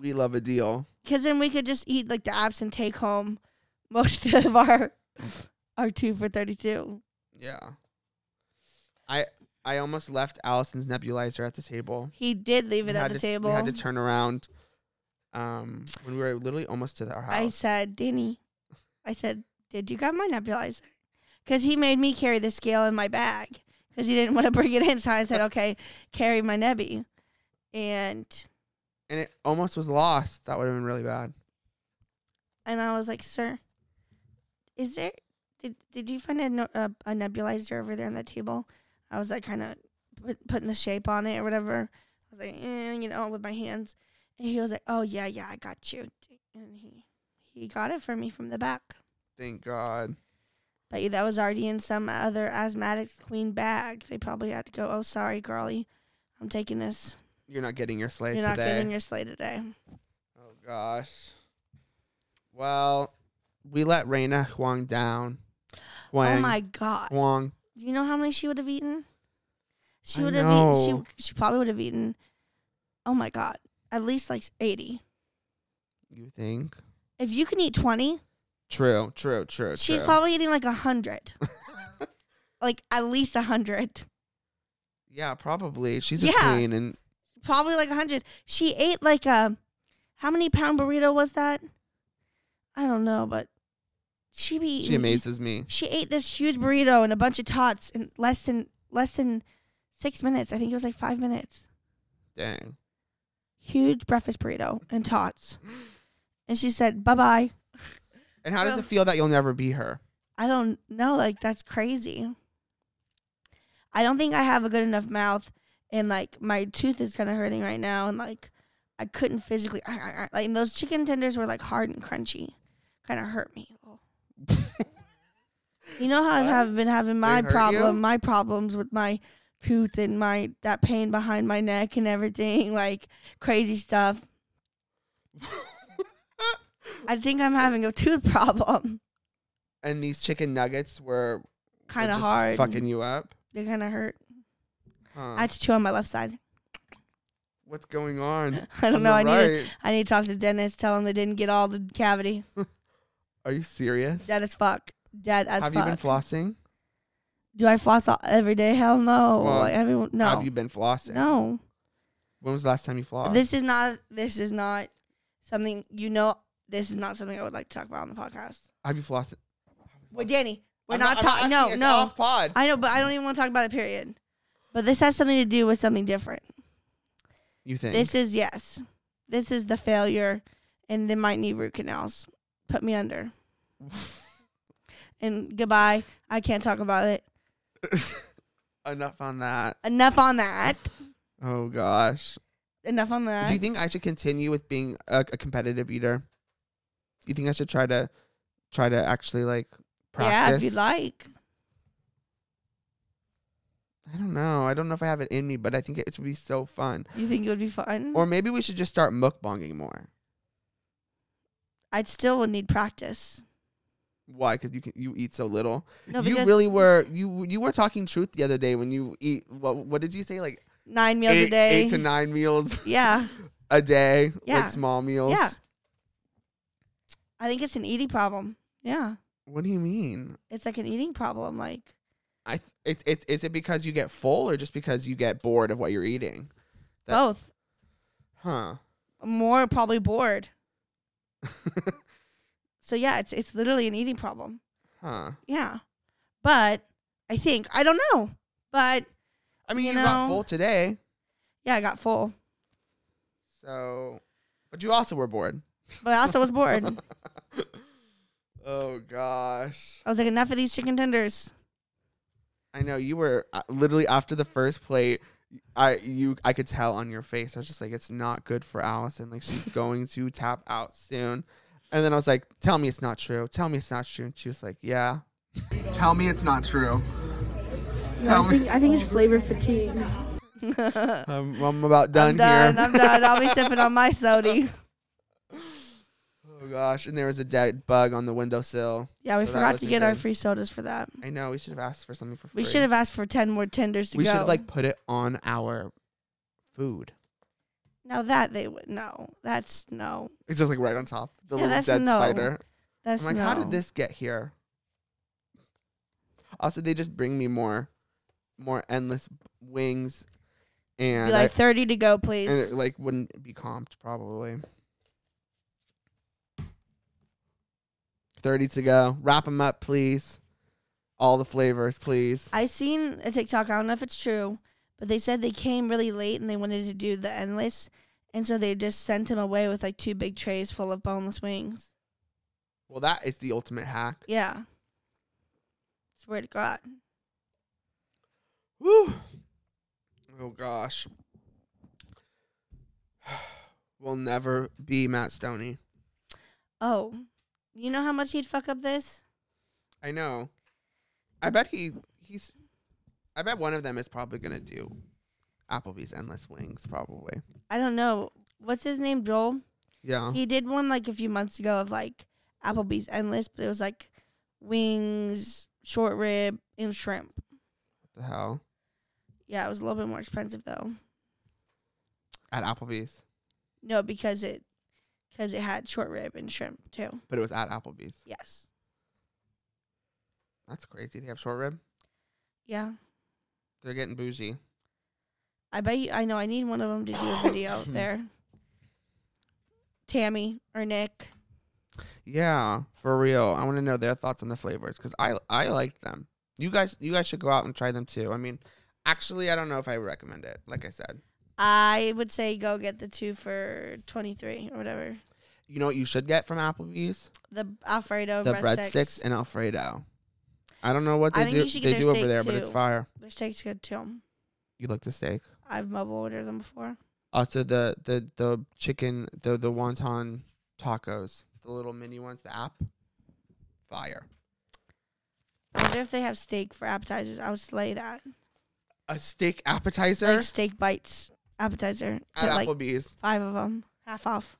Speaker 1: we love a deal.
Speaker 2: Because then we could just eat like the apps and take home most of our our two for thirty two.
Speaker 1: Yeah. I I almost left Allison's nebulizer at the table.
Speaker 2: He did leave it
Speaker 1: We
Speaker 2: at
Speaker 1: had
Speaker 2: the
Speaker 1: to-
Speaker 2: table.
Speaker 1: We had to turn around. Um, when we were literally almost to our
Speaker 2: I
Speaker 1: house.
Speaker 2: said, Danny, I said, did you grab my nebulizer? Because he made me carry the scale in my bag because he didn't want to bring it in. So I said, okay, carry my nebby. And
Speaker 1: and it almost was lost. That would have been really bad.
Speaker 2: and I was like, sir, is there, did, did you find a, no, a, a nebulizer over there on that table? I was like, kind of put, putting the shape on it or whatever. I was like, eh, you know, with my hands. And he was like, oh, yeah, yeah, I got you. And he, he got it for me from the back.
Speaker 1: Thank God.
Speaker 2: But yeah, that was already in some other asthmatic's queen bag. They probably had to go, oh, sorry, girlie. I'm taking this.
Speaker 1: You're not getting your slate
Speaker 2: You're
Speaker 1: today.
Speaker 2: not getting your sleigh today.
Speaker 1: Oh gosh. Well, we let Raina Huang down. Huang,
Speaker 2: Oh, my God.
Speaker 1: Huang.
Speaker 2: Do you know how many she would have eaten? She
Speaker 1: I
Speaker 2: would have eaten,
Speaker 1: know.
Speaker 2: she, she probably would have eaten, oh, my God, at least like 80.
Speaker 1: You think?
Speaker 2: If you can eat 20,
Speaker 1: True. True. True.
Speaker 2: she's
Speaker 1: true.
Speaker 2: probably eating like 100. like at least 100.
Speaker 1: Yeah, probably. She's
Speaker 2: Yeah.
Speaker 1: a queen, and
Speaker 2: Probably like 100. She ate like a, how many pound burrito was that? I don't know, but she be
Speaker 1: she
Speaker 2: eating-
Speaker 1: amazes me.
Speaker 2: she ate this huge burrito and a bunch of tots in less than less than six minutes. I think it was like five minutes.
Speaker 1: Dang.
Speaker 2: Huge breakfast burrito and tots. And she said, "Bye bye."
Speaker 1: And how does
Speaker 2: Well-
Speaker 1: it feel that you'll never be her?
Speaker 2: I don't know. Like that's crazy. I don't think I have a good enough mouth, and like my tooth is kind of hurting right now, and like I couldn't physically. I, I, I- like and those chicken tenders were like hard and crunchy, kind of hurt me. you know how I have been having my
Speaker 1: hurt you?
Speaker 2: problem, my problems with my tooth and my that pain behind my neck and everything, like crazy stuff. I think I'm having a tooth problem.
Speaker 1: And these chicken nuggets were were
Speaker 2: Kind of
Speaker 1: just
Speaker 2: hard.
Speaker 1: fucking you up.
Speaker 2: They kind of hurt.
Speaker 1: Huh.
Speaker 2: I had to chew on my left side.
Speaker 1: What's going on?
Speaker 2: I
Speaker 1: On
Speaker 2: don't know.
Speaker 1: the
Speaker 2: I need to,
Speaker 1: right.
Speaker 2: I need to talk to the dentist. Tell him they didn't get all the cavity.
Speaker 1: Are you serious?
Speaker 2: Dead as fuck. Dead as
Speaker 1: Have you
Speaker 2: fuck.
Speaker 1: been flossing?
Speaker 2: Do I floss all, every day? Hell no.
Speaker 1: Well,
Speaker 2: like everyone, no.
Speaker 1: Have you been flossing?
Speaker 2: no.
Speaker 1: When was the last time you flossed?
Speaker 2: This is not. This is not something you know. This is not something I would like to talk about on the podcast.
Speaker 1: Have you flossed?
Speaker 2: Wait, Danny, we're
Speaker 1: I'm
Speaker 2: not,
Speaker 1: I'm asking,
Speaker 2: talking. No,
Speaker 1: it's
Speaker 2: no.
Speaker 1: Off pod.
Speaker 2: I know, but I don't even want to talk about it. Period. But this has something to do with something different.
Speaker 1: you think?
Speaker 2: This is yes. This is the failure, and they might need root canals. Put me under. and goodbye. I can't talk about it.
Speaker 1: Enough on that.
Speaker 2: Enough on that.
Speaker 1: Oh gosh.
Speaker 2: Enough on that.
Speaker 1: Do you think I should continue with being a, a competitive eater? Do you think I should try to try to actually like practice?
Speaker 2: Yeah, if you'd like.
Speaker 1: I don't know. I don't know if I have it in me, but I think it, it would be so fun.
Speaker 2: You think it would be fun?
Speaker 1: Or maybe we should just start mukbanging more.
Speaker 2: I still would need practice.
Speaker 1: Why? Because you can you eat so little.
Speaker 2: No,
Speaker 1: you
Speaker 2: because
Speaker 1: really were you you were talking truth the other day when you eat. What what did you say? Like
Speaker 2: nine meals
Speaker 1: eight,
Speaker 2: a day.
Speaker 1: eight to nine meals
Speaker 2: Yeah,
Speaker 1: a day,
Speaker 2: Yeah.
Speaker 1: like small meals.
Speaker 2: Yeah. I think it's an eating problem. Yeah,
Speaker 1: What do you mean?
Speaker 2: it's like an eating problem. Like
Speaker 1: I th- it's it's is it because you get full or just because you get bored of what you're eating? That-
Speaker 2: both.
Speaker 1: Huh.
Speaker 2: More probably bored. So yeah, it's it's literally an eating problem.
Speaker 1: huh.
Speaker 2: Yeah, but I think I don't know. But
Speaker 1: I mean,
Speaker 2: You
Speaker 1: you, got
Speaker 2: know-
Speaker 1: full today,
Speaker 2: yeah, I got full,
Speaker 1: so but you also were bored.
Speaker 2: but I also was bored. I
Speaker 1: Oh gosh.
Speaker 2: was like, enough of these chicken tenders.
Speaker 1: I know you were uh, literally after the first plate. I you I could tell on your face. I was just like, it's not good for Allison. Like she's going to tap out soon. And then I was like, tell me it's not true. Tell me it's not true. And she was like, yeah. Tell me it's not true. Tell me.
Speaker 2: I think it's flavor fatigue.
Speaker 1: I'm, I'm about done,
Speaker 2: I'm done.
Speaker 1: here.
Speaker 2: I'm done. I'll be sipping on my soda.
Speaker 1: oh gosh. And there was a dead bug on the windowsill.
Speaker 2: Yeah, we
Speaker 1: So that
Speaker 2: forgot to
Speaker 1: wasn't
Speaker 2: get our
Speaker 1: good.
Speaker 2: free sodas for that.
Speaker 1: I know we should have asked for something for free.
Speaker 2: We should have asked for ten more tenders to
Speaker 1: We
Speaker 2: go.
Speaker 1: should have like put it on our food.
Speaker 2: now that they would no, that's no,
Speaker 1: It's just like right on top. The
Speaker 2: Yeah,
Speaker 1: little
Speaker 2: that's
Speaker 1: dead
Speaker 2: no.
Speaker 1: spider.
Speaker 2: that's
Speaker 1: I'm like,
Speaker 2: no.
Speaker 1: how did this get here? Also, they just bring me more, more endless b- wings,
Speaker 2: Be
Speaker 1: and
Speaker 2: like
Speaker 1: I-
Speaker 2: thirty to go,
Speaker 1: and it,
Speaker 2: please.
Speaker 1: like wouldn't be comped probably. Thirty to go. Wrap them up, please. All the flavors, please.
Speaker 2: I seen a TikTok. I don't know if it's true, but they said they came really late and they wanted to do the endless, and so they just sent him away with like two big trays full of boneless wings.
Speaker 1: Well, that is the ultimate hack.
Speaker 2: Yeah, swear to God.
Speaker 1: Woo! Oh gosh. We'll never be Matt Stoney.
Speaker 2: Oh, you know how much he'd fuck up this?
Speaker 1: I know. I
Speaker 2: Mm.
Speaker 1: bet he he's. I bet one of them is probably gonna do Applebee's endless wings, probably.
Speaker 2: I don't know. What's his name? Joel.
Speaker 1: Yeah.
Speaker 2: He did one like a few months ago of like Applebee's endless, but it was like wings, short rib, and shrimp.
Speaker 1: the hell
Speaker 2: Yeah, it was a little bit more expensive though.
Speaker 1: at Applebee's,
Speaker 2: No, because it because it had short rib and shrimp too.
Speaker 1: but it was at Applebee's.
Speaker 2: Yes.
Speaker 1: That's crazy. They have short rib.
Speaker 2: Yeah.
Speaker 1: They're getting bougie.
Speaker 2: I bet you. I know. I need one of them to do a video there. Tammy or Nick.
Speaker 1: Yeah, for real. I want to know their thoughts on the flavors because I I liked them. You guys you guys should go out and try them too. I mean, actually, I don't know if I would recommend it. Like I said,
Speaker 2: I would say go get the two for twenty three or whatever.
Speaker 1: you know what you should get from Applebee's
Speaker 2: The Alfredo
Speaker 1: the
Speaker 2: breast
Speaker 1: breadsticks
Speaker 2: sticks.
Speaker 1: and Alfredo. I don't know what they
Speaker 2: I think
Speaker 1: do
Speaker 2: you should get
Speaker 1: they
Speaker 2: their
Speaker 1: do over
Speaker 2: steak,
Speaker 1: there, but it's
Speaker 2: too.
Speaker 1: fire.
Speaker 2: Their steaks good too.
Speaker 1: You like the steak.
Speaker 2: I've mobile ordered them before.
Speaker 1: Also the the the chicken the the wonton tacos, the little mini ones, the app. Fire.
Speaker 2: I wonder if they have steak for appetizers. I would slay that.
Speaker 1: A steak appetizer
Speaker 2: Like steak bites appetizer. Get
Speaker 1: at
Speaker 2: like
Speaker 1: Applebee's.
Speaker 2: five of them, half off.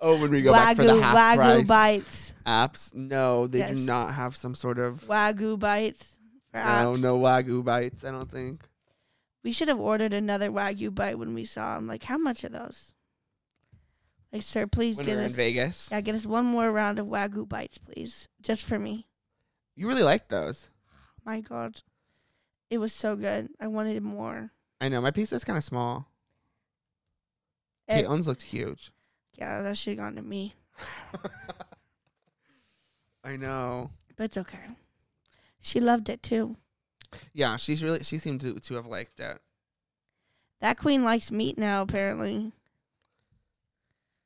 Speaker 1: Oh, when we go back for the half price
Speaker 2: wagyu bites.
Speaker 1: apps. No, they do
Speaker 2: Yes.
Speaker 1: not have some sort of
Speaker 2: Wagyu bites. For
Speaker 1: I
Speaker 2: apps.
Speaker 1: don't know wagyu bites. I don't think.
Speaker 2: We should have ordered another wagyu bite when we saw them. Like, how much are those? Like, sir, please
Speaker 1: when we
Speaker 2: get
Speaker 1: were in
Speaker 2: us.
Speaker 1: Vegas,
Speaker 2: Yeah, get us one more round of wagyu bites, please, just for me.
Speaker 1: you really like those.
Speaker 2: My God, it was so good. I wanted more.
Speaker 1: I know my pizza's kind of small. It,
Speaker 2: It-
Speaker 1: looked huge.
Speaker 2: yeah, that should have gone to me,
Speaker 1: I know.
Speaker 2: but it's okay. She loved it too.
Speaker 1: Yeah, she's really she seemed to to have liked it.
Speaker 2: That queen likes meat now, apparently.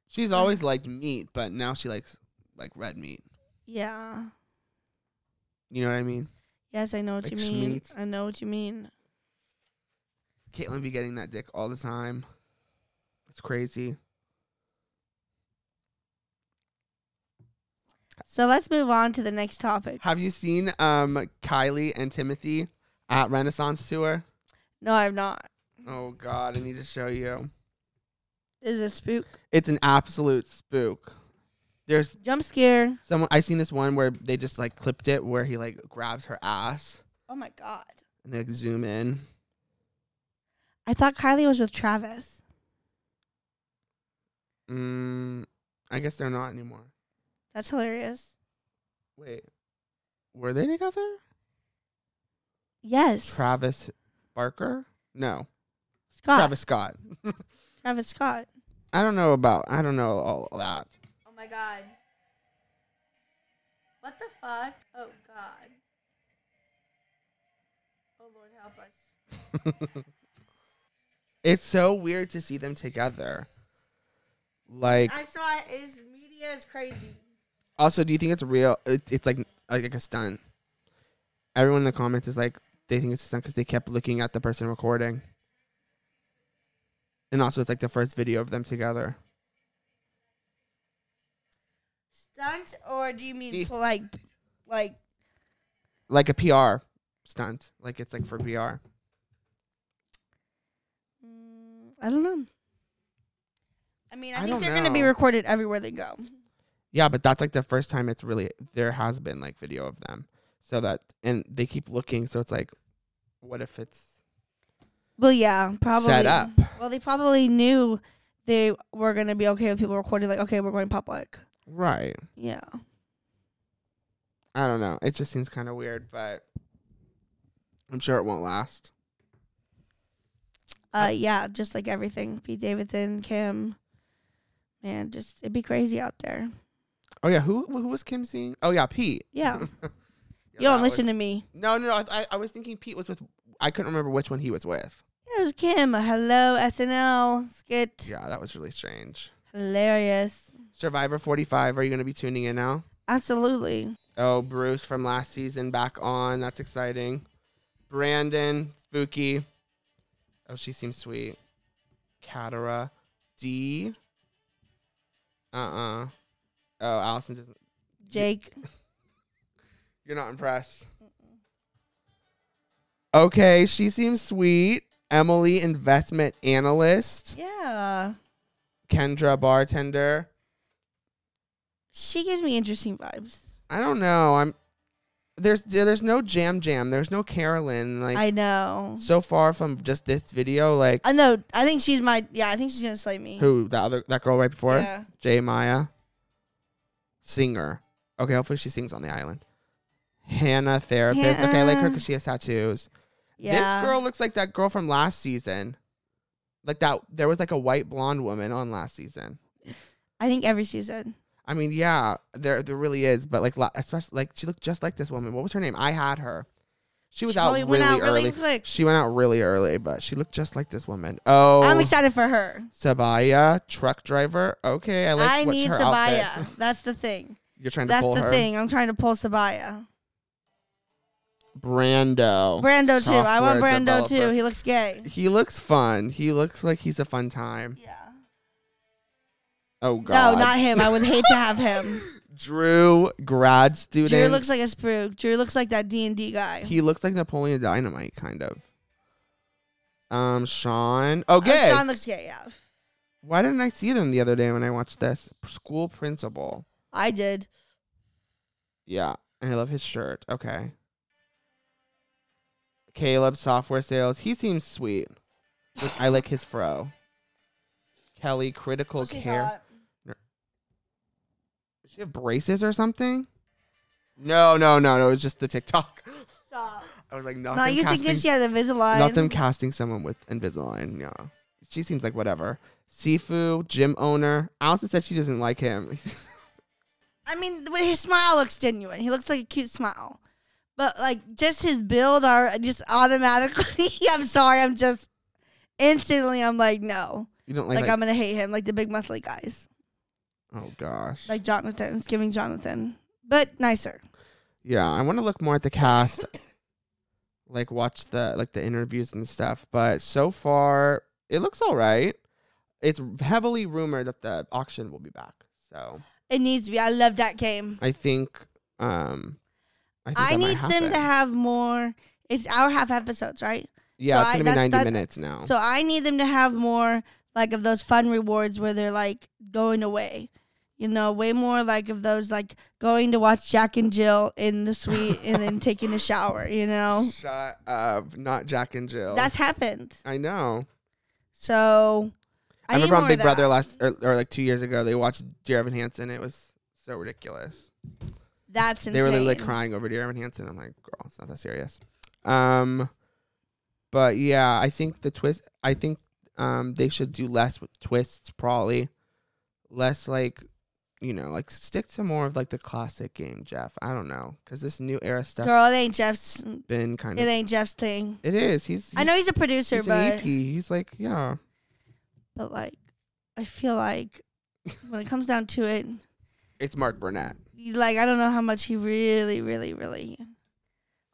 Speaker 1: She's always liked meat, but now she likes like red meat.
Speaker 2: Yeah.
Speaker 1: You know what I mean?
Speaker 2: Yes, I know what
Speaker 1: Like
Speaker 2: you mean.
Speaker 1: Schmeats.
Speaker 2: I know what you mean.
Speaker 1: Caitlyn be getting that dick all the time. It's crazy.
Speaker 2: So let's move on to the next topic.
Speaker 1: Have you seen um Kylie and Timothy at Renaissance tour?
Speaker 2: No, I'm not.
Speaker 1: Oh God, I need to show you.
Speaker 2: Is a spook
Speaker 1: It's an absolute spook. There's
Speaker 2: jump scare?
Speaker 1: someone I seen this one where they just like clipped it where he like grabs her ass
Speaker 2: Oh my god!
Speaker 1: and they like zoom in.
Speaker 2: I thought Kylie was with Travis.
Speaker 1: Mm, I guess they're not anymore.
Speaker 2: That's hilarious.
Speaker 1: Wait, were they together?
Speaker 2: Yes,
Speaker 1: Travis Barker? No,
Speaker 2: Scott.
Speaker 1: Travis Scott.
Speaker 2: Travis Scott.
Speaker 1: I don't know about. I don't know all that.
Speaker 2: Oh my god. What the fuck? Oh god. Oh Lord, help us.
Speaker 1: It's so weird to see them together. Like,
Speaker 2: I saw it. Is media is crazy.
Speaker 1: also, do you think it's real? It, it's like like a stunt. Everyone in the comments is like they think it's a stunt because they kept looking at the person recording. And also, it's like the first video of them together.
Speaker 2: Stunt, or do you mean
Speaker 1: See-
Speaker 2: pl- like, like?
Speaker 1: Like a PR stunt. Like it's like for PR.
Speaker 2: mm, I don't know. I mean, I,
Speaker 1: I
Speaker 2: think
Speaker 1: don't
Speaker 2: they're gonna be
Speaker 1: know.
Speaker 2: recorded everywhere they go.
Speaker 1: Yeah, but that's like the first time it's really there has been like video of them. So that and they keep looking. So it's like, what if it's
Speaker 2: Well, yeah, probably
Speaker 1: set up?
Speaker 2: Well, they probably knew they were gonna be okay with people recording. Like, okay, we're going public.
Speaker 1: Right.
Speaker 2: Yeah.
Speaker 1: I don't know. It just seems kind of weird, but I'm sure it won't last.
Speaker 2: Uh, yeah, just like everything. Pete Davidson, Kim. Man, just it'd be crazy out there.
Speaker 1: Oh yeah, who who was Kim seeing? Oh yeah, Pete.
Speaker 2: Yeah.
Speaker 1: Yeah,
Speaker 2: you don't
Speaker 1: that
Speaker 2: listen
Speaker 1: was-
Speaker 2: to me.
Speaker 1: No, no, no. I, I- I was thinking Pete was with. I couldn't remember which one he was with.
Speaker 2: Yeah, it was Kim. a Hello SNL skit.
Speaker 1: Yeah, that was really strange.
Speaker 2: Hilarious.
Speaker 1: Survivor 45. Are you going to be tuning in now?
Speaker 2: Absolutely.
Speaker 1: Oh, Bruce from last season back on. That's exciting. Brandon, spooky. Oh, she seems sweet. Catara, D. Uh uh Oh, Allison doesn't.
Speaker 2: Jake.
Speaker 1: You're not impressed. Okay, she seems sweet. Emily, investment analyst.
Speaker 2: Yeah.
Speaker 1: Kendra, bartender.
Speaker 2: She gives me interesting vibes.
Speaker 1: I don't know. I'm there's there's no jam jam. There's no Carolyn. Like
Speaker 2: I know.
Speaker 1: so far from just this video, like
Speaker 2: I know. I think she's my. Yeah, I think she's gonna slay me.
Speaker 1: who the other that girl right before
Speaker 2: Yeah.
Speaker 1: Jay Maya, singer. Okay, hopefully she sings on the island. Hannah, therapist. Okay, I like her because she has tattoos.
Speaker 2: Yeah.
Speaker 1: This girl looks like that girl from last season. Like that there was like a white blonde woman on last season.
Speaker 2: I think every season.
Speaker 1: I mean, yeah, there there really is, but like la- especially like she looked just like this woman. What was her name? I had her. She was
Speaker 2: She
Speaker 1: out
Speaker 2: probably
Speaker 1: really
Speaker 2: went out really
Speaker 1: early.
Speaker 2: quick.
Speaker 1: She went out really early, but she looked just like this woman. Oh,
Speaker 2: I'm excited for her.
Speaker 1: Sabaya, truck driver. Okay, I like.
Speaker 2: I
Speaker 1: what's
Speaker 2: need
Speaker 1: her
Speaker 2: Sabaya.
Speaker 1: outfit.
Speaker 2: That's the thing.
Speaker 1: You're trying to
Speaker 2: That's
Speaker 1: pull
Speaker 2: the
Speaker 1: her.
Speaker 2: thing. I'm trying to pull Sabaya.
Speaker 1: Brando.
Speaker 2: Brando too. I want
Speaker 1: software
Speaker 2: Brando too.
Speaker 1: developer.
Speaker 2: He looks gay.
Speaker 1: He looks fun. He looks like he's a fun time.
Speaker 2: Yeah.
Speaker 1: Oh God.
Speaker 2: No, not him. I would hate to have him.
Speaker 1: Drew, grad student.
Speaker 2: Drew looks like a spook. Drew looks like that D and D guy.
Speaker 1: he looks like Napoleon Dynamite, kind of. Um, Sean. Oh,
Speaker 2: Oh,
Speaker 1: good.
Speaker 2: Sean looks gay. Yeah,
Speaker 1: Why didn't I see them the other day when I watched this? School principal.
Speaker 2: I did.
Speaker 1: Yeah, and I love his shirt. Okay. Caleb, software sales. He seems sweet. Like, I like his fro. Kelly, critical
Speaker 2: She's
Speaker 1: care.
Speaker 2: hot.
Speaker 1: Does she have braces or something? No, no, no, no. It's just the TikTok.
Speaker 2: Stop.
Speaker 1: I was like, not
Speaker 2: No,
Speaker 1: them
Speaker 2: you
Speaker 1: casting
Speaker 2: thinking she had Invisalign?
Speaker 1: Not them casting someone with Invisalign. Yeah. She seems like whatever. Sifu, gym owner. Allison said she doesn't like him.
Speaker 2: I mean, th- his smile looks genuine. He looks like a cute smile, but like just his build are just automatically. I'm sorry. I'm just instantly. I'm like no.
Speaker 1: you don't like,
Speaker 2: Like,
Speaker 1: like,
Speaker 2: I'm gonna hate him. Like the big muscly guys.
Speaker 1: Oh gosh.
Speaker 2: Like Jonathan. It's giving Jonathan, but nicer.
Speaker 1: yeah, I want to look more at the cast. like watch the like the interviews and stuff. But so far, it looks all right. It's heavily rumored that the auction will be back, so
Speaker 2: It needs to be. I love that game.
Speaker 1: I think um, I, think
Speaker 2: I
Speaker 1: that might
Speaker 2: need them
Speaker 1: happen.
Speaker 2: to have more. It's hour half episodes, right?
Speaker 1: yeah,
Speaker 2: so I-
Speaker 1: it's gonna
Speaker 2: that's-
Speaker 1: be ninety
Speaker 2: that's-
Speaker 1: minutes now.
Speaker 2: So I need them to have more like of those fun rewards where they're like going away. You know, way more like of those like going to watch Jack and Jill in the suite and then taking a shower, you know?
Speaker 1: Shut up, not Jack and Jill.
Speaker 2: That's happened.
Speaker 1: I know.
Speaker 2: So
Speaker 1: I,
Speaker 2: need
Speaker 1: remember on
Speaker 2: more
Speaker 1: Big
Speaker 2: of
Speaker 1: Brother
Speaker 2: that.
Speaker 1: last or, or like two years ago, they watched Dear Evan Hansen. It was so ridiculous.
Speaker 2: That's insane.
Speaker 1: They were literally crying over Dear Evan Hansen. I'm like, girl, it's not that serious. Um, but yeah, I think the twist. I think um they should do less with twists, probably less like you know like stick to more of like the classic game, Jeff. I don't know because this new era stuff
Speaker 2: Girl,
Speaker 1: has
Speaker 2: it ain't Jeff's.
Speaker 1: been kind
Speaker 2: It
Speaker 1: of.
Speaker 2: ain't Jeff's thing.
Speaker 1: It is. He's.
Speaker 2: I know he's a producer,
Speaker 1: he's an E
Speaker 2: but
Speaker 1: EP. He's like yeah.
Speaker 2: but like, I feel like when it comes down to it,
Speaker 1: It's Mark Burnett.
Speaker 2: you- like I don't know how much he really, really, really,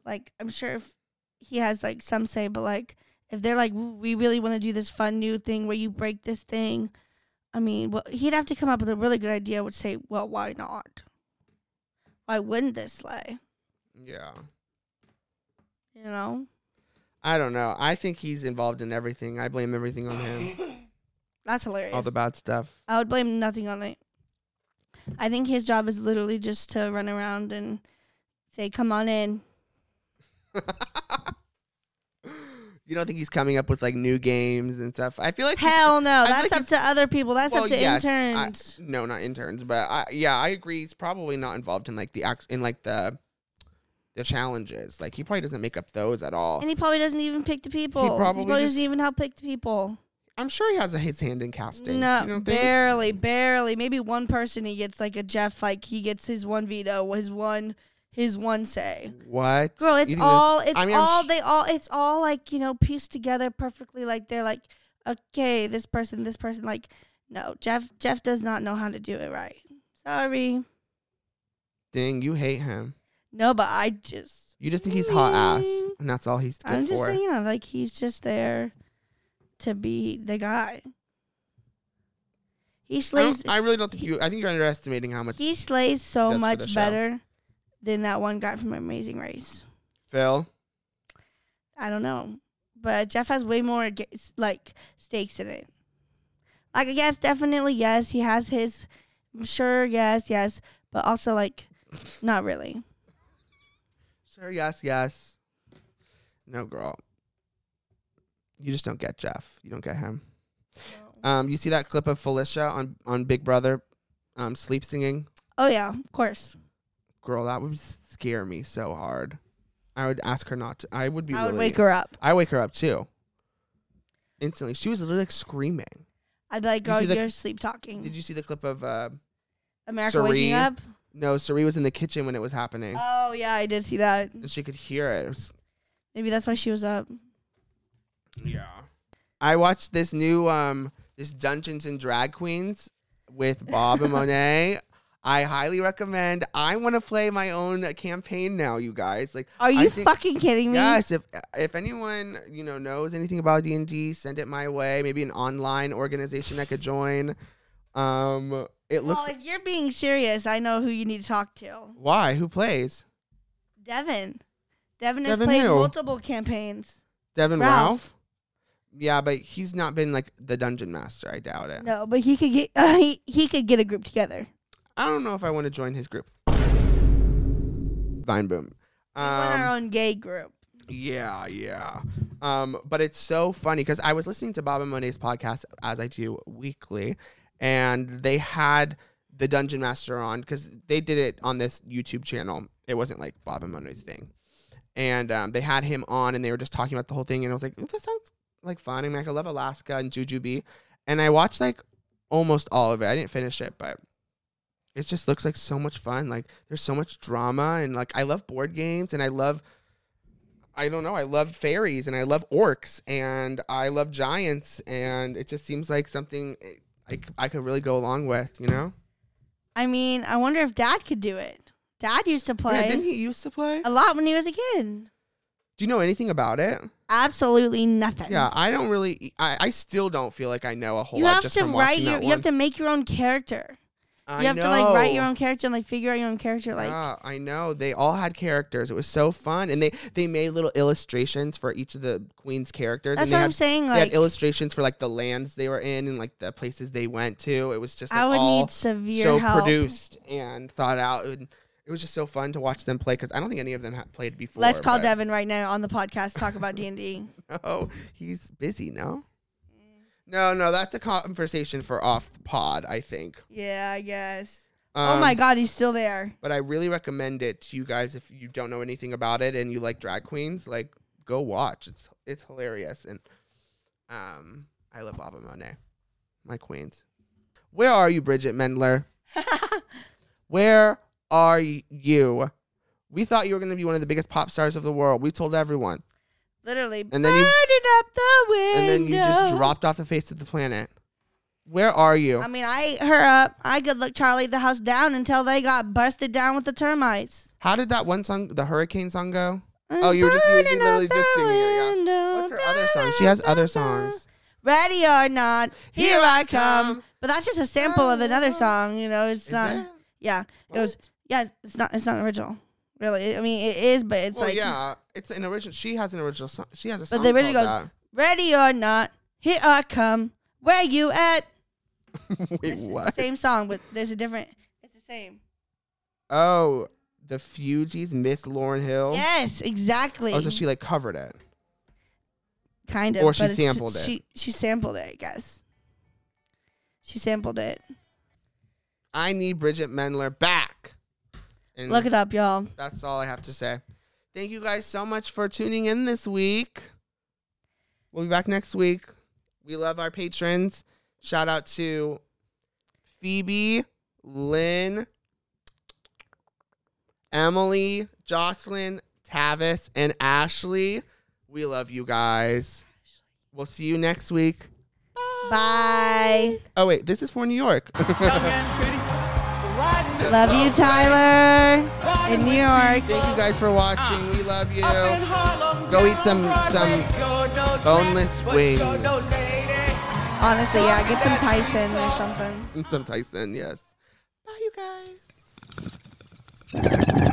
Speaker 2: like I'm sure if he has like some say, but like if they're like we really want to do this fun new thing where you break this thing, I mean, well, he'd have to come up with a really good idea. I Would say, well, why not? Why wouldn't this slay?
Speaker 1: Yeah.
Speaker 2: You know,
Speaker 1: I don't know. I think he's involved in everything. I blame everything on him.
Speaker 2: that's hilarious.
Speaker 1: All the bad stuff.
Speaker 2: I would blame nothing on it. I think his job is literally just to run around and say, "Come on in."
Speaker 1: You don't think he's coming up with like new games and stuff? I feel like he's-
Speaker 2: Hell no,
Speaker 1: I feel
Speaker 2: that's
Speaker 1: like
Speaker 2: up to other people. That's up to
Speaker 1: I-
Speaker 2: interns.
Speaker 1: no, not interns, but I, yeah, I agree. He's probably not involved in like the act in like the the challenges. Like he probably doesn't make up those at all.
Speaker 2: and he probably doesn't even pick the people.
Speaker 1: He probably just-
Speaker 2: doesn't even help pick the people.
Speaker 1: I'm sure he has a, his hand in casting.
Speaker 2: No,
Speaker 1: you don't think?
Speaker 2: barely, barely. Maybe one person he gets like a Jeff, like he gets his one veto, his one, his one say.
Speaker 1: What?
Speaker 2: Girl,
Speaker 1: You
Speaker 2: it's
Speaker 1: think this-
Speaker 2: all it's
Speaker 1: I mean, I'm
Speaker 2: all
Speaker 1: sh-
Speaker 2: they all it's all like, you know, pieced together perfectly like they're like, okay, this person, this person like no, Jeff Jeff does not know how to do it right. Sorry.
Speaker 1: Dang, you hate him.
Speaker 2: No, but I just
Speaker 1: You just think he's hot ass,
Speaker 2: Mm.
Speaker 1: and that's all he's good
Speaker 2: I'm just
Speaker 1: for.
Speaker 2: saying, yeah, like he's just there to be the guy. He
Speaker 1: I,
Speaker 2: slays
Speaker 1: don't- I really don't think you. I think you're underestimating how much
Speaker 2: he slays so
Speaker 1: Just for the
Speaker 2: much
Speaker 1: show.
Speaker 2: better than that one guy from Amazing Race.
Speaker 1: Phil.
Speaker 2: I don't know, but Jeff has way more ga- s- like stakes in it. Like yes, definitely yes, he has his. I'm sure yes, yes, but also like, not really.
Speaker 1: Sure. Yes. Yes. No, girl. You just don't get Jeff. You don't get him. Um, you see that clip of Felicia on on Big Brother, um, sleep singing.
Speaker 2: Oh yeah, of course.
Speaker 1: Girl, that would scare me so hard. I would ask her not to. I would be.
Speaker 2: I would
Speaker 1: really-
Speaker 2: wake her up.
Speaker 1: I wake her up too. Instantly, she was literally like screaming.
Speaker 2: I'd be like,
Speaker 1: You
Speaker 2: "Girl,
Speaker 1: see the-
Speaker 2: you're sleep talking."
Speaker 1: Did you see the clip of? Uh,
Speaker 2: America waking
Speaker 1: Serene?
Speaker 2: up?
Speaker 1: no, Sari was in the kitchen when it was happening,
Speaker 2: Oh yeah, I did see that.
Speaker 1: and she could hear it. It was
Speaker 2: Maybe that's why she was up.
Speaker 1: Yeah. I watched this new um this Dungeons and Drag Queens with Bob and Monet. I highly recommend. I want to play my own campaign now, you guys. Like,
Speaker 2: Are you
Speaker 1: I think-
Speaker 2: fucking kidding me?
Speaker 1: Yes, if if anyone you know knows anything about D and D, send it my way. Maybe an online organization I could join. Um, it looks.
Speaker 2: Well, if you're being serious, I know who you need to talk to.
Speaker 1: why? Who plays?
Speaker 2: Devin. Devin has
Speaker 1: Devin
Speaker 2: played
Speaker 1: who?
Speaker 2: multiple campaigns.
Speaker 1: Devin Ralph.
Speaker 2: Ralph.
Speaker 1: Yeah, but he's not been like the dungeon master. I doubt it.
Speaker 2: No, but he could get uh, he he could get a group together.
Speaker 1: I don't know if I want to join his group. Vine boom.
Speaker 2: We want our
Speaker 1: Um,
Speaker 2: own gay group.
Speaker 1: yeah, yeah. Um, but it's so funny because I was listening to Bob and Monet's podcast as I do weekly, and they had the Dungeon Master on because they did it on this YouTube channel. It wasn't like Bob and Monet's thing, and um, they had him on, and they were just talking about the whole thing, and I was like, "Ooh, that sounds like fun. I mean, like, I love Alaska and Jujubee, and I watched like almost all of it. I didn't finish it, but it just looks like so much fun. Like there's so much drama and like I love board games and I love I don't know, I love fairies and I love orcs and I love giants and it just seems like something I, c- I could really go along with, you know?
Speaker 2: I mean, I wonder if Dad could do it. Dad used to play
Speaker 1: Yeah, didn't he used to play?
Speaker 2: a lot when he was a kid.
Speaker 1: Do you know anything about it?
Speaker 2: Absolutely nothing.
Speaker 1: Yeah, I don't really. I, I still don't feel like I know a whole
Speaker 2: You
Speaker 1: lot
Speaker 2: have
Speaker 1: just
Speaker 2: to
Speaker 1: from
Speaker 2: write
Speaker 1: watching
Speaker 2: your.
Speaker 1: that
Speaker 2: You
Speaker 1: one.
Speaker 2: have to make your own character.
Speaker 1: I
Speaker 2: You have to like write your
Speaker 1: know.
Speaker 2: own character and like figure out your own character. Like
Speaker 1: yeah, I know they all had characters. It was so fun, and they they made little illustrations for each of the queen's characters.
Speaker 2: that's
Speaker 1: and they
Speaker 2: what
Speaker 1: had,
Speaker 2: I'm saying.
Speaker 1: they
Speaker 2: Like
Speaker 1: had illustrations for like the lands they were in and like the places they went to. It was just like,
Speaker 2: I would
Speaker 1: all
Speaker 2: need severe
Speaker 1: so
Speaker 2: help.
Speaker 1: produced and thought out. And it was just so fun to watch them play because I don't think any of them had played before.
Speaker 2: Let's call
Speaker 1: but-
Speaker 2: Devin right now on the podcast. Talk about D and D.
Speaker 1: No, he's busy. No,
Speaker 2: Mm.
Speaker 1: no, no. That's a conversation for off the pod. I think.
Speaker 2: Yeah, I guess. oh
Speaker 1: Um,
Speaker 2: my God, he's still there.
Speaker 1: But I really recommend it to you guys if you don't know anything about it and you like drag queens, like go watch. It's it's hilarious and um I love Ava Monet. My queens. Where are you, Bridget Mendler? Where are you? We thought you were gonna be one of the biggest pop stars of the world. We told everyone.
Speaker 2: Literally.
Speaker 1: And then you-
Speaker 2: burn it up the window.
Speaker 1: And then you just dropped off the face of the planet. Where are you?
Speaker 2: I mean, I ate her up. I could look Charlie the house down until they got busted down with the termites.
Speaker 1: How did that one song the hurricane song go? Oh, you were just- you were
Speaker 2: Burning
Speaker 1: literally
Speaker 2: up
Speaker 1: just
Speaker 2: the
Speaker 1: singing it,
Speaker 2: window,
Speaker 1: What's her other song? She has other songs.
Speaker 2: Ready or not, here,
Speaker 1: Here
Speaker 2: I
Speaker 1: I
Speaker 2: come.
Speaker 1: come.
Speaker 2: But that's just a sample of another song. You know, it's
Speaker 1: Uh-huh. Is
Speaker 2: not.
Speaker 1: it?
Speaker 2: Yeah, it was. Yeah, it's not. It's not original. Really, I mean, it is, but it's
Speaker 1: well,
Speaker 2: like
Speaker 1: yeah, it's an original. She has an original song. She has a
Speaker 2: But
Speaker 1: song.
Speaker 2: the original
Speaker 1: called
Speaker 2: goes, Ready or not, here I come. Where you at?
Speaker 1: that. Wait,
Speaker 2: It's the
Speaker 1: what?
Speaker 2: Same song, but there's a different. It's the same.
Speaker 1: Oh, the Fugees, Miss Lauren Hill.
Speaker 2: Yes, exactly.
Speaker 1: Oh, so she like covered it.
Speaker 2: kind of.
Speaker 1: or she
Speaker 2: but it's-
Speaker 1: sampled it.
Speaker 2: She she sampled it, I guess. She sampled it.
Speaker 1: I need Bridget Mendler back. And
Speaker 2: Look it up, y'all.
Speaker 1: That's all I have to say. Thank you guys so much for tuning in this week. We'll be back next week. We love our patrons. Shout out to Phoebe, Lynn, Emily, Jocelyn, Tavis, and Ashley. We love you guys. We'll see you next week.
Speaker 2: Bye.
Speaker 1: Oh, wait, this is for New York.
Speaker 2: Love you, Tyler. In New York.
Speaker 1: Thank you guys for watching. We love you. Go eat some some boneless wings
Speaker 2: Honestly, yeah, get some Tyson or something.
Speaker 1: and some Tyson. Yes. Bye, you guys.